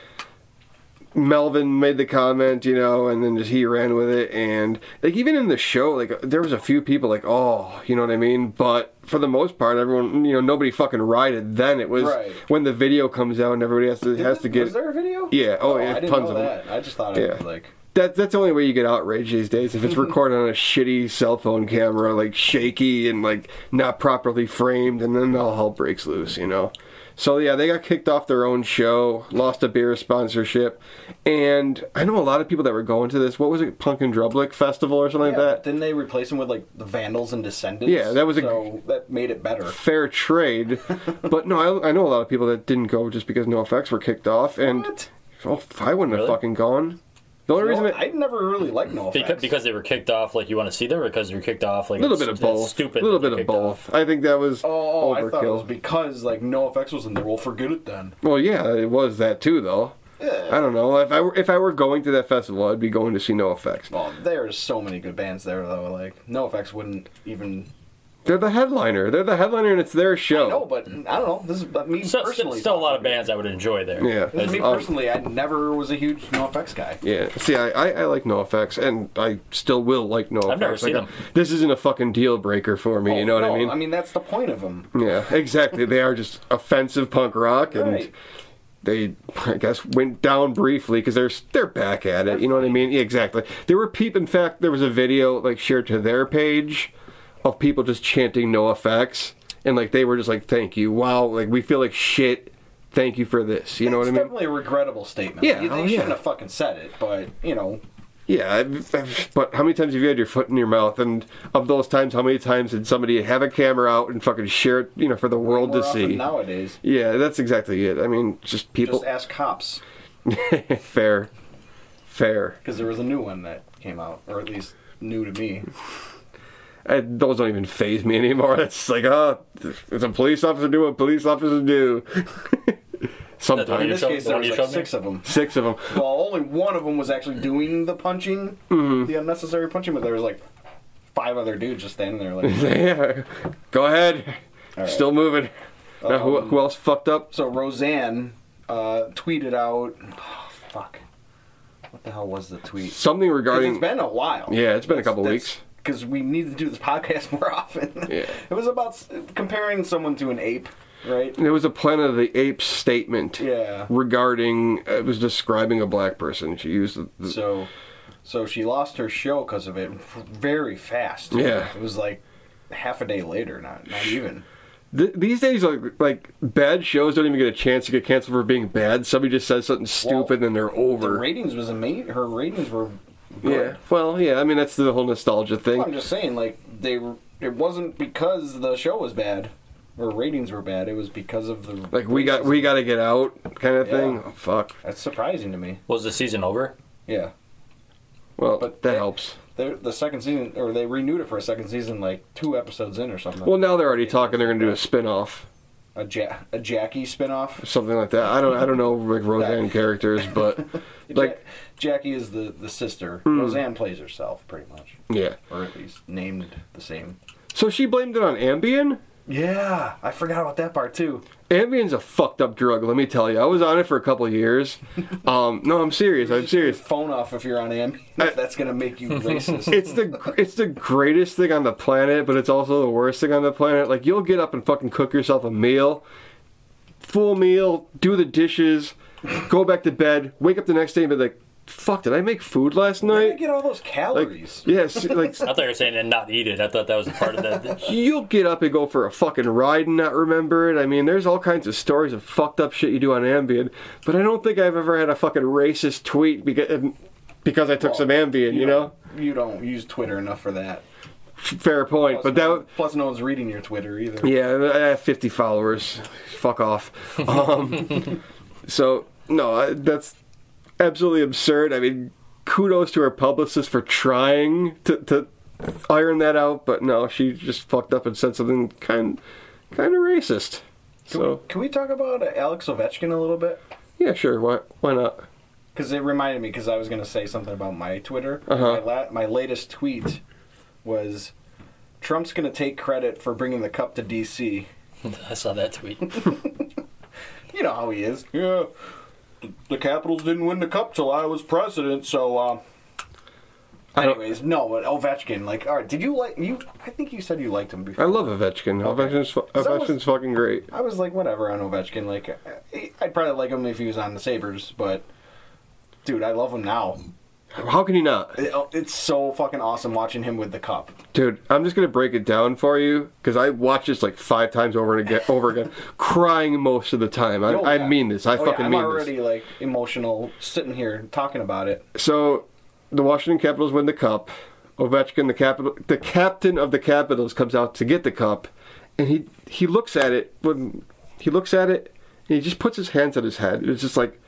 [SPEAKER 3] Melvin made the comment, you know, and then just he ran with it. And like even in the show, like there was a few people like, oh, you know what I mean. But for the most part, everyone, you know, nobody fucking rioted. Then it was
[SPEAKER 2] Right.
[SPEAKER 3] when the video comes out and everybody has to has to
[SPEAKER 2] Did-
[SPEAKER 3] get
[SPEAKER 2] Was there a video?
[SPEAKER 3] Yeah, oh, yeah,
[SPEAKER 2] I didn't
[SPEAKER 3] tons
[SPEAKER 2] know
[SPEAKER 3] of them.
[SPEAKER 2] that. I just thought
[SPEAKER 3] Yeah.
[SPEAKER 2] it was like
[SPEAKER 3] That, that's the only way you get outraged these days if it's
[SPEAKER 2] Mm-hmm.
[SPEAKER 3] recorded on a shitty cell phone camera, like shaky and like not properly framed, and then all hell breaks loose, you know. So yeah, they got kicked off their own show, lost a beer sponsorship, and I know a lot of people that were going to this. What was it, Punk and Drublick Festival or something
[SPEAKER 2] yeah,
[SPEAKER 3] like that?
[SPEAKER 2] Didn't they replace him with like the Vandals and Descendants?
[SPEAKER 3] Yeah, that was a-
[SPEAKER 2] so that made it better.
[SPEAKER 3] Fair trade, but no, I, I know a lot of people that didn't go just because No Effects were kicked off, and
[SPEAKER 2] What?
[SPEAKER 3] oh, I wouldn't have
[SPEAKER 4] Really?
[SPEAKER 3] fucking gone. The only reason
[SPEAKER 2] No,
[SPEAKER 3] it,
[SPEAKER 2] I never really liked No Effects.
[SPEAKER 4] Because, because they were kicked off, like you want to see them, or because they were kicked off, like
[SPEAKER 3] a little
[SPEAKER 4] it's-
[SPEAKER 3] bit of
[SPEAKER 4] it's
[SPEAKER 3] both,
[SPEAKER 4] Stupid.
[SPEAKER 3] a little
[SPEAKER 4] that
[SPEAKER 3] bit
[SPEAKER 4] they're
[SPEAKER 3] of both.
[SPEAKER 4] kicked off.
[SPEAKER 3] I think that was
[SPEAKER 2] oh, oh,
[SPEAKER 3] overkill.
[SPEAKER 2] I thought it was because like No Effects was in there. Well, forget it then.
[SPEAKER 3] Well, yeah, it was that too, though. I don't know. If I were, if I were going to that festival, I'd be going to see No Effects.
[SPEAKER 2] Well, there's so many good bands there though. Like No Effects wouldn't even.
[SPEAKER 3] They're the headliner. They're the headliner, and it's their show.
[SPEAKER 2] No, but I don't know. This is but me
[SPEAKER 4] So, still,
[SPEAKER 2] personally.
[SPEAKER 4] still a lot of bands I would enjoy there.
[SPEAKER 3] Yeah.
[SPEAKER 2] This is me
[SPEAKER 3] Um,
[SPEAKER 2] personally. I never was a huge No Effects guy.
[SPEAKER 3] Yeah. See, I, I, I like No Effects, and I still will like No
[SPEAKER 4] I've never
[SPEAKER 3] Effects.
[SPEAKER 4] seen
[SPEAKER 3] Like, uh,
[SPEAKER 4] them.
[SPEAKER 3] This isn't a fucking deal breaker for me. you know what
[SPEAKER 2] Oh, No,
[SPEAKER 3] I mean?
[SPEAKER 2] I mean that's the point of them.
[SPEAKER 3] Yeah, exactly. they are just offensive punk rock, and
[SPEAKER 2] Right.
[SPEAKER 3] they, I guess, went down briefly because they're they're back at it. You know what I mean? Yeah, exactly. There were people. In fact, there was a video like shared to their page of people just chanting "No effects," and like they were just like, "Thank you, wow!" Like we feel like shit. Thank you for this. You know what I
[SPEAKER 2] it's
[SPEAKER 3] mean?
[SPEAKER 2] definitely a regrettable statement.
[SPEAKER 3] Yeah,
[SPEAKER 2] You- they
[SPEAKER 3] oh,
[SPEAKER 2] shouldn't
[SPEAKER 3] yeah.
[SPEAKER 2] have fucking said it, but you know,
[SPEAKER 3] Yeah, I've, I've- but how many times have you had your foot in your mouth? And of those times, how many times did somebody have a camera out and fucking share it? You know, for the world
[SPEAKER 2] more
[SPEAKER 3] to
[SPEAKER 2] often
[SPEAKER 3] see.
[SPEAKER 2] nowadays.
[SPEAKER 3] Yeah, that's exactly it. I mean, just people.
[SPEAKER 2] Just ask cops
[SPEAKER 3] fair, fair.
[SPEAKER 2] because there was a new one that came out, or at least new to me.
[SPEAKER 3] I, Uh, those don't even phase me anymore. It's like, ah, it's a police officer do what police officers do.
[SPEAKER 4] That-
[SPEAKER 2] In
[SPEAKER 4] You
[SPEAKER 2] this
[SPEAKER 3] Sometimes
[SPEAKER 4] showed-
[SPEAKER 2] case,
[SPEAKER 4] the
[SPEAKER 2] there
[SPEAKER 4] one
[SPEAKER 2] was
[SPEAKER 4] you
[SPEAKER 2] like
[SPEAKER 4] showed me?
[SPEAKER 2] six of them.
[SPEAKER 3] six of them.
[SPEAKER 2] Well, only one of them was actually doing the punching,
[SPEAKER 3] Mm-hmm.
[SPEAKER 2] the unnecessary punching, but there was like five other dudes just standing there. Like,
[SPEAKER 3] yeah, go ahead. Still moving. Now,
[SPEAKER 2] Um,
[SPEAKER 3] who, who else fucked up?
[SPEAKER 2] so Roseanne uh, tweeted out, oh, "Fuck, what the hell was the tweet?"
[SPEAKER 3] Something
[SPEAKER 2] 'Cause
[SPEAKER 3] regarding.
[SPEAKER 2] it's been a while.
[SPEAKER 3] Yeah, it's been a couple weeks.
[SPEAKER 2] Because we need to do this podcast more often.
[SPEAKER 3] Yeah.
[SPEAKER 2] It was about s- comparing someone to an ape, right?
[SPEAKER 3] There was a Planet of the Apes statement
[SPEAKER 2] Yeah.
[SPEAKER 3] regarding uh, it was describing a black person. She used the, the-
[SPEAKER 2] So, so she lost her show because of it f- very fast.
[SPEAKER 3] Yeah.
[SPEAKER 2] It was like half a day later, not not even.
[SPEAKER 3] Th- these days, like, like bad shows don't even get a chance to get canceled for being bad. Somebody just says something stupid and then they're
[SPEAKER 2] The
[SPEAKER 3] over.
[SPEAKER 2] ratings was amazing. Her ratings were.
[SPEAKER 3] Yeah. Well, yeah. I mean, that's the whole nostalgia thing.
[SPEAKER 2] I'm just saying, like they. were- It wasn't because the show was bad. Her ratings were bad. It was because of the.
[SPEAKER 3] like we got we got to get out kind of thing.
[SPEAKER 2] Yeah.
[SPEAKER 3] Oh, fuck.
[SPEAKER 2] That's surprising to me.
[SPEAKER 4] Was the season over?
[SPEAKER 2] Yeah.
[SPEAKER 3] Well,
[SPEAKER 2] But
[SPEAKER 3] that
[SPEAKER 2] they-
[SPEAKER 3] helps.
[SPEAKER 2] They, the second season, or they renewed it for a second season, like two episodes in or something.
[SPEAKER 3] Well, now they're already talking. They're going to do a spin-off,
[SPEAKER 2] a, ja- a Jackie spinoff.
[SPEAKER 3] something like that. I don't I don't know like Roseanne characters, but like Hmm.
[SPEAKER 2] Ja- Jackie is the the sister. Roseanne plays herself, pretty much,
[SPEAKER 3] yeah.
[SPEAKER 2] or at least named the same.
[SPEAKER 3] So she blamed it on Ambien.
[SPEAKER 2] Yeah, I forgot about that part too.
[SPEAKER 3] Ambien's a fucked up drug, let me tell you. I was on it for a couple of years. Um, no, I'm serious. I'm serious.
[SPEAKER 2] Phone off if you're on Ambien. If that's gonna make you racist.
[SPEAKER 3] it's the it's the greatest thing on the planet, but it's also the worst thing on the planet. Like you'll get up and fucking cook yourself a meal, full meal, do the dishes, go back to bed, wake up the next day and be like, "Fuck, did I make food last
[SPEAKER 2] Where do you
[SPEAKER 3] night?"
[SPEAKER 2] get all those
[SPEAKER 3] Like,
[SPEAKER 2] calories?
[SPEAKER 3] yes, like
[SPEAKER 4] I thought you were saying and not eat it. I thought that was a part of that.
[SPEAKER 3] you'll get up and go for a fucking ride and not remember it. I mean, there's all kinds of stories of fucked up shit you do on Ambien, but I don't think I've ever had a fucking racist tweet because because I took some Ambien. You know,
[SPEAKER 2] you don't use Twitter enough for that.
[SPEAKER 3] fair point, but that.
[SPEAKER 2] no, plus no one's reading your Twitter either.
[SPEAKER 3] Yeah, I have 50 followers. Fuck off. Um, so, no, I- that's absolutely absurd. I mean, kudos to her publicist for trying to, to iron that out, but no, she just fucked up and said something kind kind of racist. So
[SPEAKER 2] Can we talk about uh, Alex Ovechkin a little bit?
[SPEAKER 3] yeah, sure. Why why not?
[SPEAKER 2] Because it reminded me, because I was going to say something about my Twitter.
[SPEAKER 3] Uh-huh.
[SPEAKER 2] My, la- my latest tweet was Trump's going to take credit for bringing the cup to D.C.
[SPEAKER 4] I saw that tweet.
[SPEAKER 2] You know how he is. Yeah, the, the Capitals didn't win the cup till I was president, so. Uh,
[SPEAKER 3] I don't.
[SPEAKER 2] anyways, no, but Ovechkin, like, all right, did you like. you? I think you said you liked him before.
[SPEAKER 3] I love Ovechkin. Ovechkin's fu-
[SPEAKER 2] So was-
[SPEAKER 3] Ovechkin's fucking great.
[SPEAKER 2] I was like, whatever on Ovechkin. Like, I- I'd probably like him if he was on the Sabres, but dude, I love him now.
[SPEAKER 3] How can you not?
[SPEAKER 2] It- It's so fucking awesome watching him with the cup.
[SPEAKER 3] Dude, I'm just gonna break it down for you because I watched this like five times over and again, over again, crying most of the time. I,
[SPEAKER 2] Oh,
[SPEAKER 3] I
[SPEAKER 2] yeah.
[SPEAKER 3] mean this. I
[SPEAKER 2] Oh, yeah,
[SPEAKER 3] fucking
[SPEAKER 2] I'm
[SPEAKER 3] mean
[SPEAKER 2] already
[SPEAKER 3] this.
[SPEAKER 2] like emotional sitting here talking about it.
[SPEAKER 3] So, the Washington Capitals win the cup. Ovechkin, the capital, the captain of the Capitals, comes out to get the cup, and he he looks at it when he looks at it, and he just puts his hands on his head. It was just like,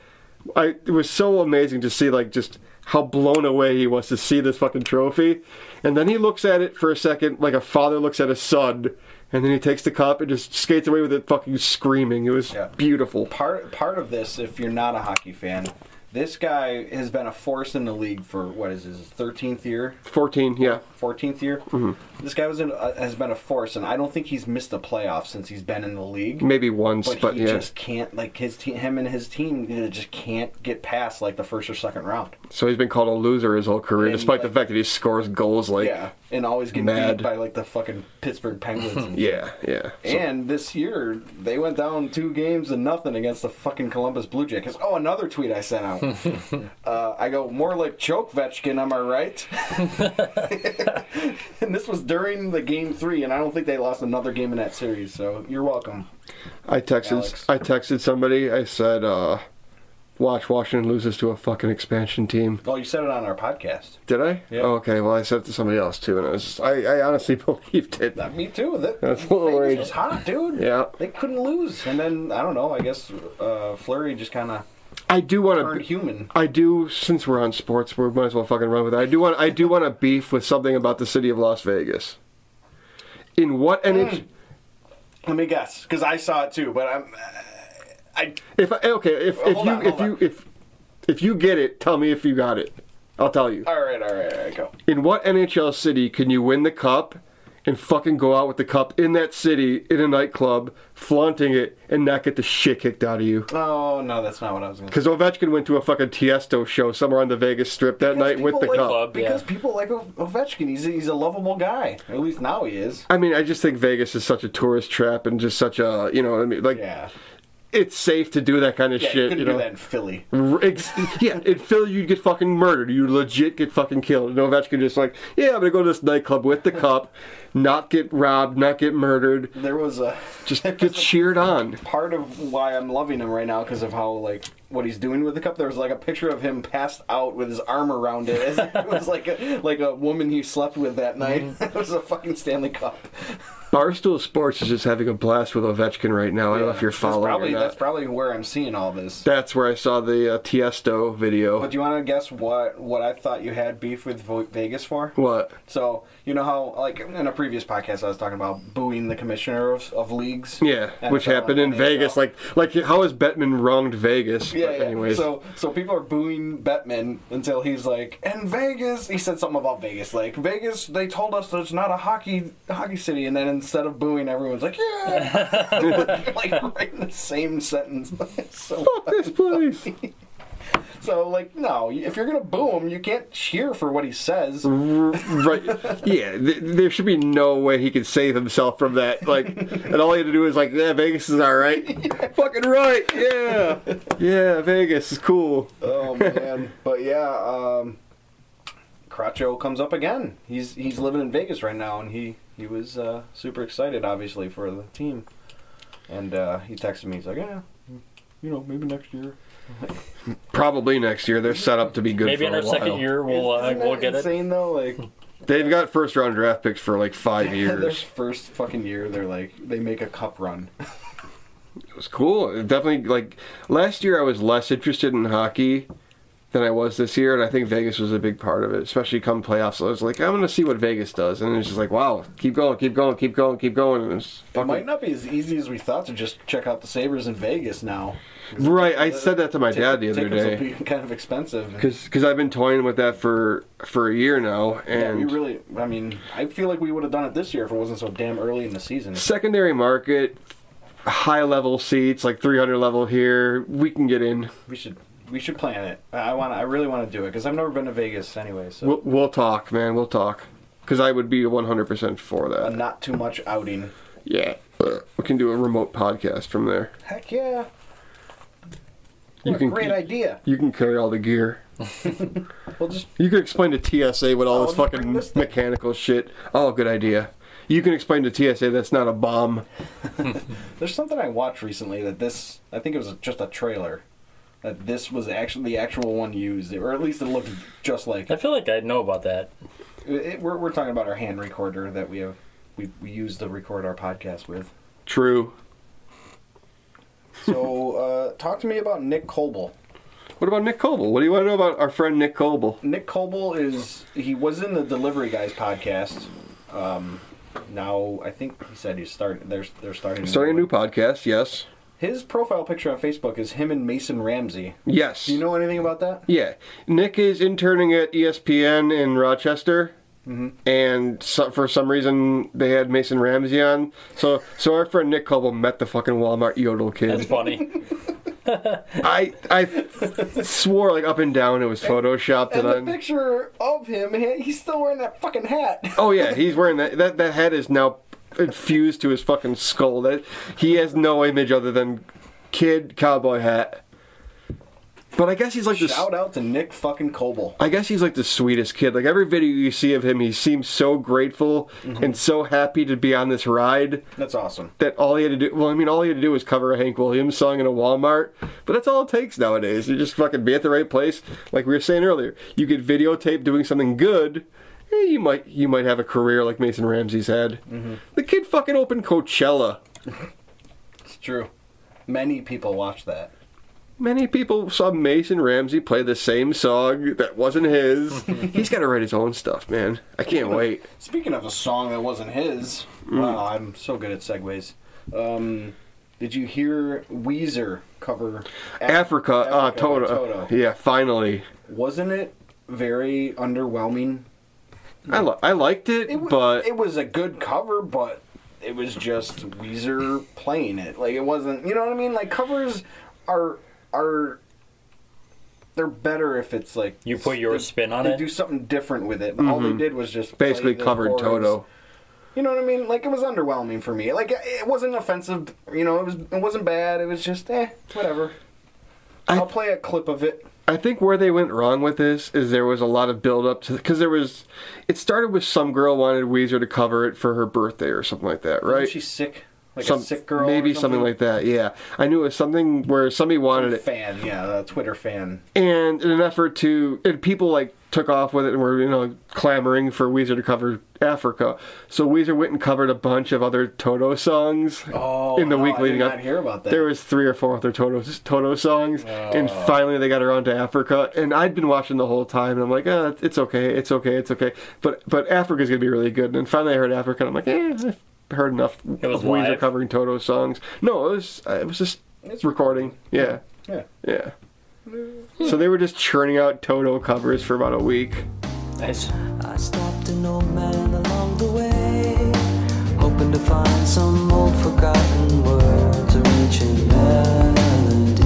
[SPEAKER 3] I it was so amazing to see like just how blown away he was to see this fucking trophy, and then he looks at it for a second like a father looks at a son, and then he takes the cup and just skates away with it, fucking screaming. It was
[SPEAKER 2] Yeah.
[SPEAKER 3] beautiful.
[SPEAKER 2] Part part of this, if you're not a hockey fan, this guy has been a force in the league for what is his 13th year,
[SPEAKER 3] Fourteen, yeah.
[SPEAKER 2] 14th year.
[SPEAKER 3] Mm-hmm.
[SPEAKER 2] This guy was in, uh, has been a force, and I don't think he's missed the playoffs since he's been in the league.
[SPEAKER 3] Maybe once,
[SPEAKER 2] but,
[SPEAKER 3] but,
[SPEAKER 2] he
[SPEAKER 3] yeah.
[SPEAKER 2] just can't like his team him and his team they just can't get past like the first or second round
[SPEAKER 3] So he's been called a loser his whole career,
[SPEAKER 2] And,
[SPEAKER 3] despite
[SPEAKER 2] like-
[SPEAKER 3] the fact that he scores goals like
[SPEAKER 2] yeah and always get
[SPEAKER 3] mad.
[SPEAKER 2] beat by like the fucking pittsburgh penguins and,
[SPEAKER 3] yeah, yeah. So-
[SPEAKER 2] and this year they went down two games and nothing against the fucking columbus blue jackets oh another tweet i sent out uh, i go more like choke vechkin am i right and this was during the game three and i don't think they lost another game in that series so you're welcome
[SPEAKER 3] I texted
[SPEAKER 2] Alex.
[SPEAKER 3] I texted somebody. I said, uh, "Watch Washington loses to a fucking expansion team."
[SPEAKER 2] oh you said it on our podcast
[SPEAKER 3] Did I?
[SPEAKER 2] Yeah.
[SPEAKER 3] Oh, okay. Well, I said it to somebody else too, and I was just, I, I honestly believed it.
[SPEAKER 2] Uh, me too. That,
[SPEAKER 3] That's a little
[SPEAKER 2] Vegas
[SPEAKER 3] worried.
[SPEAKER 2] was hot, dude.
[SPEAKER 3] Yeah.
[SPEAKER 2] They couldn't lose. And then, I don't know, I guess uh, Flurry just kind of
[SPEAKER 3] I do want
[SPEAKER 2] turned
[SPEAKER 3] to.
[SPEAKER 2] human.
[SPEAKER 3] I do. Since we're on sports, we might as well fucking run with it. I do want. I do want to beef with something about the city of Las Vegas. In what
[SPEAKER 2] Mm.
[SPEAKER 3] NH?
[SPEAKER 2] Let me guess, because I saw it too, but I'm. I,
[SPEAKER 3] If I, okay, if if
[SPEAKER 2] Hold
[SPEAKER 3] you
[SPEAKER 2] on,
[SPEAKER 3] if
[SPEAKER 2] hold
[SPEAKER 3] you
[SPEAKER 2] on.
[SPEAKER 3] if if you get it, tell me if you got it. I'll tell you.
[SPEAKER 2] all right, all right, all right, go.
[SPEAKER 3] In what NHL city can you win the cup and fucking go out with the cup in that city in a nightclub, flaunting it and not get the shit kicked out of you?
[SPEAKER 2] Oh, no, that's not what I was going to
[SPEAKER 3] Because Ovechkin went to a fucking Tiesto show somewhere on the Vegas Strip that night with the
[SPEAKER 2] like,
[SPEAKER 3] cup.
[SPEAKER 4] Club,
[SPEAKER 2] Because
[SPEAKER 4] yeah.
[SPEAKER 2] people like O- Ovechkin. He's a, he's a lovable guy. At least now he is.
[SPEAKER 3] I mean, I just think Vegas is such a tourist trap and just such a, you know, what I mean, like
[SPEAKER 2] Yeah.
[SPEAKER 3] it's safe to do that kind of
[SPEAKER 2] Yeah, you
[SPEAKER 3] shit,
[SPEAKER 2] couldn't
[SPEAKER 3] you
[SPEAKER 2] do that
[SPEAKER 3] know.
[SPEAKER 2] in Philly.
[SPEAKER 3] Ex- yeah, in Philly you'd get fucking murdered. You legit get fucking killed. And Ovechkin just like, yeah, I'm gonna go to this nightclub with the cup, not get robbed, not get murdered,
[SPEAKER 2] There was a.
[SPEAKER 3] just get cheered on.
[SPEAKER 2] part of why I'm loving him right now because of how like what he's doing with the cup. There was like a picture of him passed out with his arm around it. As if it was like a, like a woman he slept with that night.
[SPEAKER 3] Mm-hmm.
[SPEAKER 2] it was a fucking Stanley Cup.
[SPEAKER 3] Barstool Sports is just having a blast with Ovechkin right now. I don't know if you're following
[SPEAKER 2] That's probably,
[SPEAKER 3] or not.
[SPEAKER 2] that's
[SPEAKER 3] That's,
[SPEAKER 2] probably where I'm seeing all this.
[SPEAKER 3] where I saw the uh, Tiesto video.
[SPEAKER 2] But do you want to guess what what I thought you had beef with Vo- Vegas for?
[SPEAKER 3] what?
[SPEAKER 2] So you know how like in a previous podcast I was talking about booing the commissioner of, of leagues.
[SPEAKER 3] Yeah, which
[SPEAKER 2] NFL and
[SPEAKER 3] happened in
[SPEAKER 2] NHL.
[SPEAKER 3] Vegas. Like, like how has Bettman wronged Vegas?
[SPEAKER 2] Yeah,
[SPEAKER 3] but
[SPEAKER 2] yeah.
[SPEAKER 3] anyways,
[SPEAKER 2] So so people are booing Bettman until he's like, and Vegas. He said something about Vegas, like Vegas. They told us that it's not a hockey hockey city, and then instead of booing, everyone's like, yeah, like right in the same sentence. so
[SPEAKER 3] fuck this place.
[SPEAKER 2] so like no, if you're gonna boo him, you can't cheer for what he says.
[SPEAKER 3] right? Yeah, th- there should be no way he could save himself from that. Like, and all he had to do is like, yeah, Vegas is all right. Fucking right. Yeah, yeah, Vegas is cool.
[SPEAKER 2] Oh man, but yeah, um, Craccio comes up again. He's he's living in Vegas right now, and he he was uh, super excited, obviously, for the team. And uh, he texted me. He's like, yeah, you know, maybe next year.
[SPEAKER 3] Probably next year they're set up to be good.
[SPEAKER 4] Maybe
[SPEAKER 3] for
[SPEAKER 4] in
[SPEAKER 3] a
[SPEAKER 4] our
[SPEAKER 3] while.
[SPEAKER 4] second year we'll uh,
[SPEAKER 2] Isn't that
[SPEAKER 4] we'll get it.
[SPEAKER 2] insane though. Like
[SPEAKER 3] They've got first round draft picks for like five
[SPEAKER 2] their
[SPEAKER 3] years.
[SPEAKER 2] first fucking year, they're like they make a cup run.
[SPEAKER 3] it was cool. It definitely like last year I was less interested in hockey than I was this year, and I think Vegas was a big part of it, especially come playoffs. So I was like, I'm gonna see what Vegas does, and it's just like, wow, keep going, keep going, keep going, keep going, and it's
[SPEAKER 2] It might
[SPEAKER 3] fucking
[SPEAKER 2] not be as easy as we thought to just check out the Sabres in Vegas now.
[SPEAKER 3] right. I said that to my dad the other
[SPEAKER 2] Tickets
[SPEAKER 3] day
[SPEAKER 2] will be kind of expensive.
[SPEAKER 3] because I've been toying with that for for a year now,
[SPEAKER 2] Yeah,
[SPEAKER 3] and
[SPEAKER 2] we really. I mean, I feel like we would have done it this year if it wasn't so damn early in the season.
[SPEAKER 3] secondary market, high level seats like 300 level here, we can get in.
[SPEAKER 2] We should. We should plan it. I I want. I really want to do it because I've never been to Vegas anyway. So
[SPEAKER 3] We'll, we'll talk, man. We'll talk. Because I would be 100% for
[SPEAKER 2] a
[SPEAKER 3] that.
[SPEAKER 2] not too much outing.
[SPEAKER 3] Yeah. We can do a remote podcast from there.
[SPEAKER 2] Heck yeah!
[SPEAKER 3] You
[SPEAKER 2] What a
[SPEAKER 3] can
[SPEAKER 2] great idea.
[SPEAKER 3] you can carry all the gear.
[SPEAKER 2] We'll just
[SPEAKER 3] You can explain to TSA what all
[SPEAKER 2] Oh,
[SPEAKER 3] this
[SPEAKER 2] just bring
[SPEAKER 3] fucking
[SPEAKER 2] this thing.
[SPEAKER 3] mechanical shit. Oh, good idea. You can explain to TSA that's not a bomb.
[SPEAKER 2] There's something I watched recently that this, I think it was just a trailer, that this was actually the actual one used, or at least it looked just like
[SPEAKER 4] I
[SPEAKER 2] it.
[SPEAKER 4] feel like I know about that.
[SPEAKER 2] It- we're, we're talking about our hand recorder that we have, we, we use to record our podcast with.
[SPEAKER 3] True.
[SPEAKER 2] So, uh, talk to me about Nick Coble.
[SPEAKER 3] What about Nick Coble? What do you want to know about our friend Nick Coble?
[SPEAKER 2] Nick Coble is, he was in the Delivery Guys podcast. Um, now, I think he said he's starting, they're, they're starting.
[SPEAKER 3] Starting a new podcast, yes.
[SPEAKER 2] His profile picture on Facebook is him and Mason Ramsey.
[SPEAKER 3] Yes.
[SPEAKER 2] Do you know anything about that?
[SPEAKER 3] Yeah, Nick is interning at E ESPN in Rochester,
[SPEAKER 4] Mm-hmm.
[SPEAKER 3] and so, for some reason they had Mason Ramsey on. So, so our friend Nick Coble met the fucking Walmart yodel
[SPEAKER 4] That's
[SPEAKER 3] kid.
[SPEAKER 4] funny.
[SPEAKER 3] I I swore like up and down it was photoshopped and,
[SPEAKER 2] And the
[SPEAKER 3] on.
[SPEAKER 2] picture of him, he- he's still wearing that fucking hat.
[SPEAKER 3] Oh yeah, he's wearing that. That that head is now infused to his fucking skull. That he has no image other than kid cowboy hat. But I guess he's like this.
[SPEAKER 2] Shout out to Nick fucking Coble.
[SPEAKER 3] I guess he's like the sweetest kid. Like every video you see of him, he seems so grateful and so happy to be on this ride
[SPEAKER 2] That's awesome.
[SPEAKER 3] that all he had to do, well, I mean, all he had to do was cover a Hank Williams song in a Walmart, but that's all it takes nowadays. You just fucking be at the right place. Like we were saying earlier, you get videotaped doing something good. eh, You might you might have a career like Mason Ramsey's had. The kid fucking opened Coachella.
[SPEAKER 2] It's true. Many people watch that.
[SPEAKER 3] Many people saw Mason Ramsey play the same song that wasn't his. He's got to write his own stuff, man. I can't wait.
[SPEAKER 2] Speaking of a song that wasn't his,
[SPEAKER 3] Mm.
[SPEAKER 2] wow, I'm so good at segues. Um, did you hear Weezer cover Af-
[SPEAKER 3] Africa, uh,
[SPEAKER 2] Africa,
[SPEAKER 3] Toto.
[SPEAKER 2] Toto.
[SPEAKER 3] Yeah, finally.
[SPEAKER 2] Wasn't it very underwhelming?
[SPEAKER 3] I, li- I liked it,
[SPEAKER 2] It wa-
[SPEAKER 3] but
[SPEAKER 2] it was a good cover, but it was just Weezer playing it. Like it wasn't, you know what I mean? Like covers are are they're better if it's like
[SPEAKER 4] You put your
[SPEAKER 2] they-
[SPEAKER 4] spin on
[SPEAKER 2] they
[SPEAKER 4] it?
[SPEAKER 2] do something different with it. But All they did was just play
[SPEAKER 3] Mm-hmm. basically
[SPEAKER 2] the
[SPEAKER 3] covered
[SPEAKER 2] chords.
[SPEAKER 3] Toto.
[SPEAKER 2] You know what I mean? Like it was underwhelming for me. Like it wasn't offensive. You know, it was it wasn't bad. It was just eh, whatever.
[SPEAKER 3] I-
[SPEAKER 2] I'll play a clip of it.
[SPEAKER 3] I think where they went wrong with this is there was a lot of build up to because there was. It started with some girl wanted Weezer to cover it for her birthday or something like that, right?
[SPEAKER 2] Wasn't she sick, like
[SPEAKER 3] Some-
[SPEAKER 2] a sick girl, or
[SPEAKER 3] maybe
[SPEAKER 2] something?
[SPEAKER 3] something like that. Yeah, I knew it was something where somebody wanted it,
[SPEAKER 2] Fan, yeah, a Twitter fan.
[SPEAKER 3] and in an effort to, and people like took off with it and were you know clamoring for Weezer to cover Africa. So Weezer went and covered a bunch of other Toto songs
[SPEAKER 2] Oh,
[SPEAKER 3] in the
[SPEAKER 2] no,
[SPEAKER 3] week
[SPEAKER 2] I
[SPEAKER 3] leading
[SPEAKER 2] did
[SPEAKER 3] up.
[SPEAKER 2] not hear about that.
[SPEAKER 3] There was three or four other Toto Toto songs, and finally they got around to Africa. And I'd been watching the whole time, and I'm like, uh, it's okay, it's okay, it's okay. But but Africa's gonna be really good. And then finally I heard Africa, and I'm like, eh, I've heard enough
[SPEAKER 4] It was
[SPEAKER 3] of Weezer
[SPEAKER 4] live?
[SPEAKER 3] covering Toto songs. No, it was uh, it was just
[SPEAKER 2] It's
[SPEAKER 3] recording. Yeah,
[SPEAKER 2] Yeah.
[SPEAKER 3] yeah. So they were just churning out Toto covers for about a week.
[SPEAKER 4] Nice.
[SPEAKER 8] I stopped an old man along the way, hoping to find some old forgotten words or ancient melodies.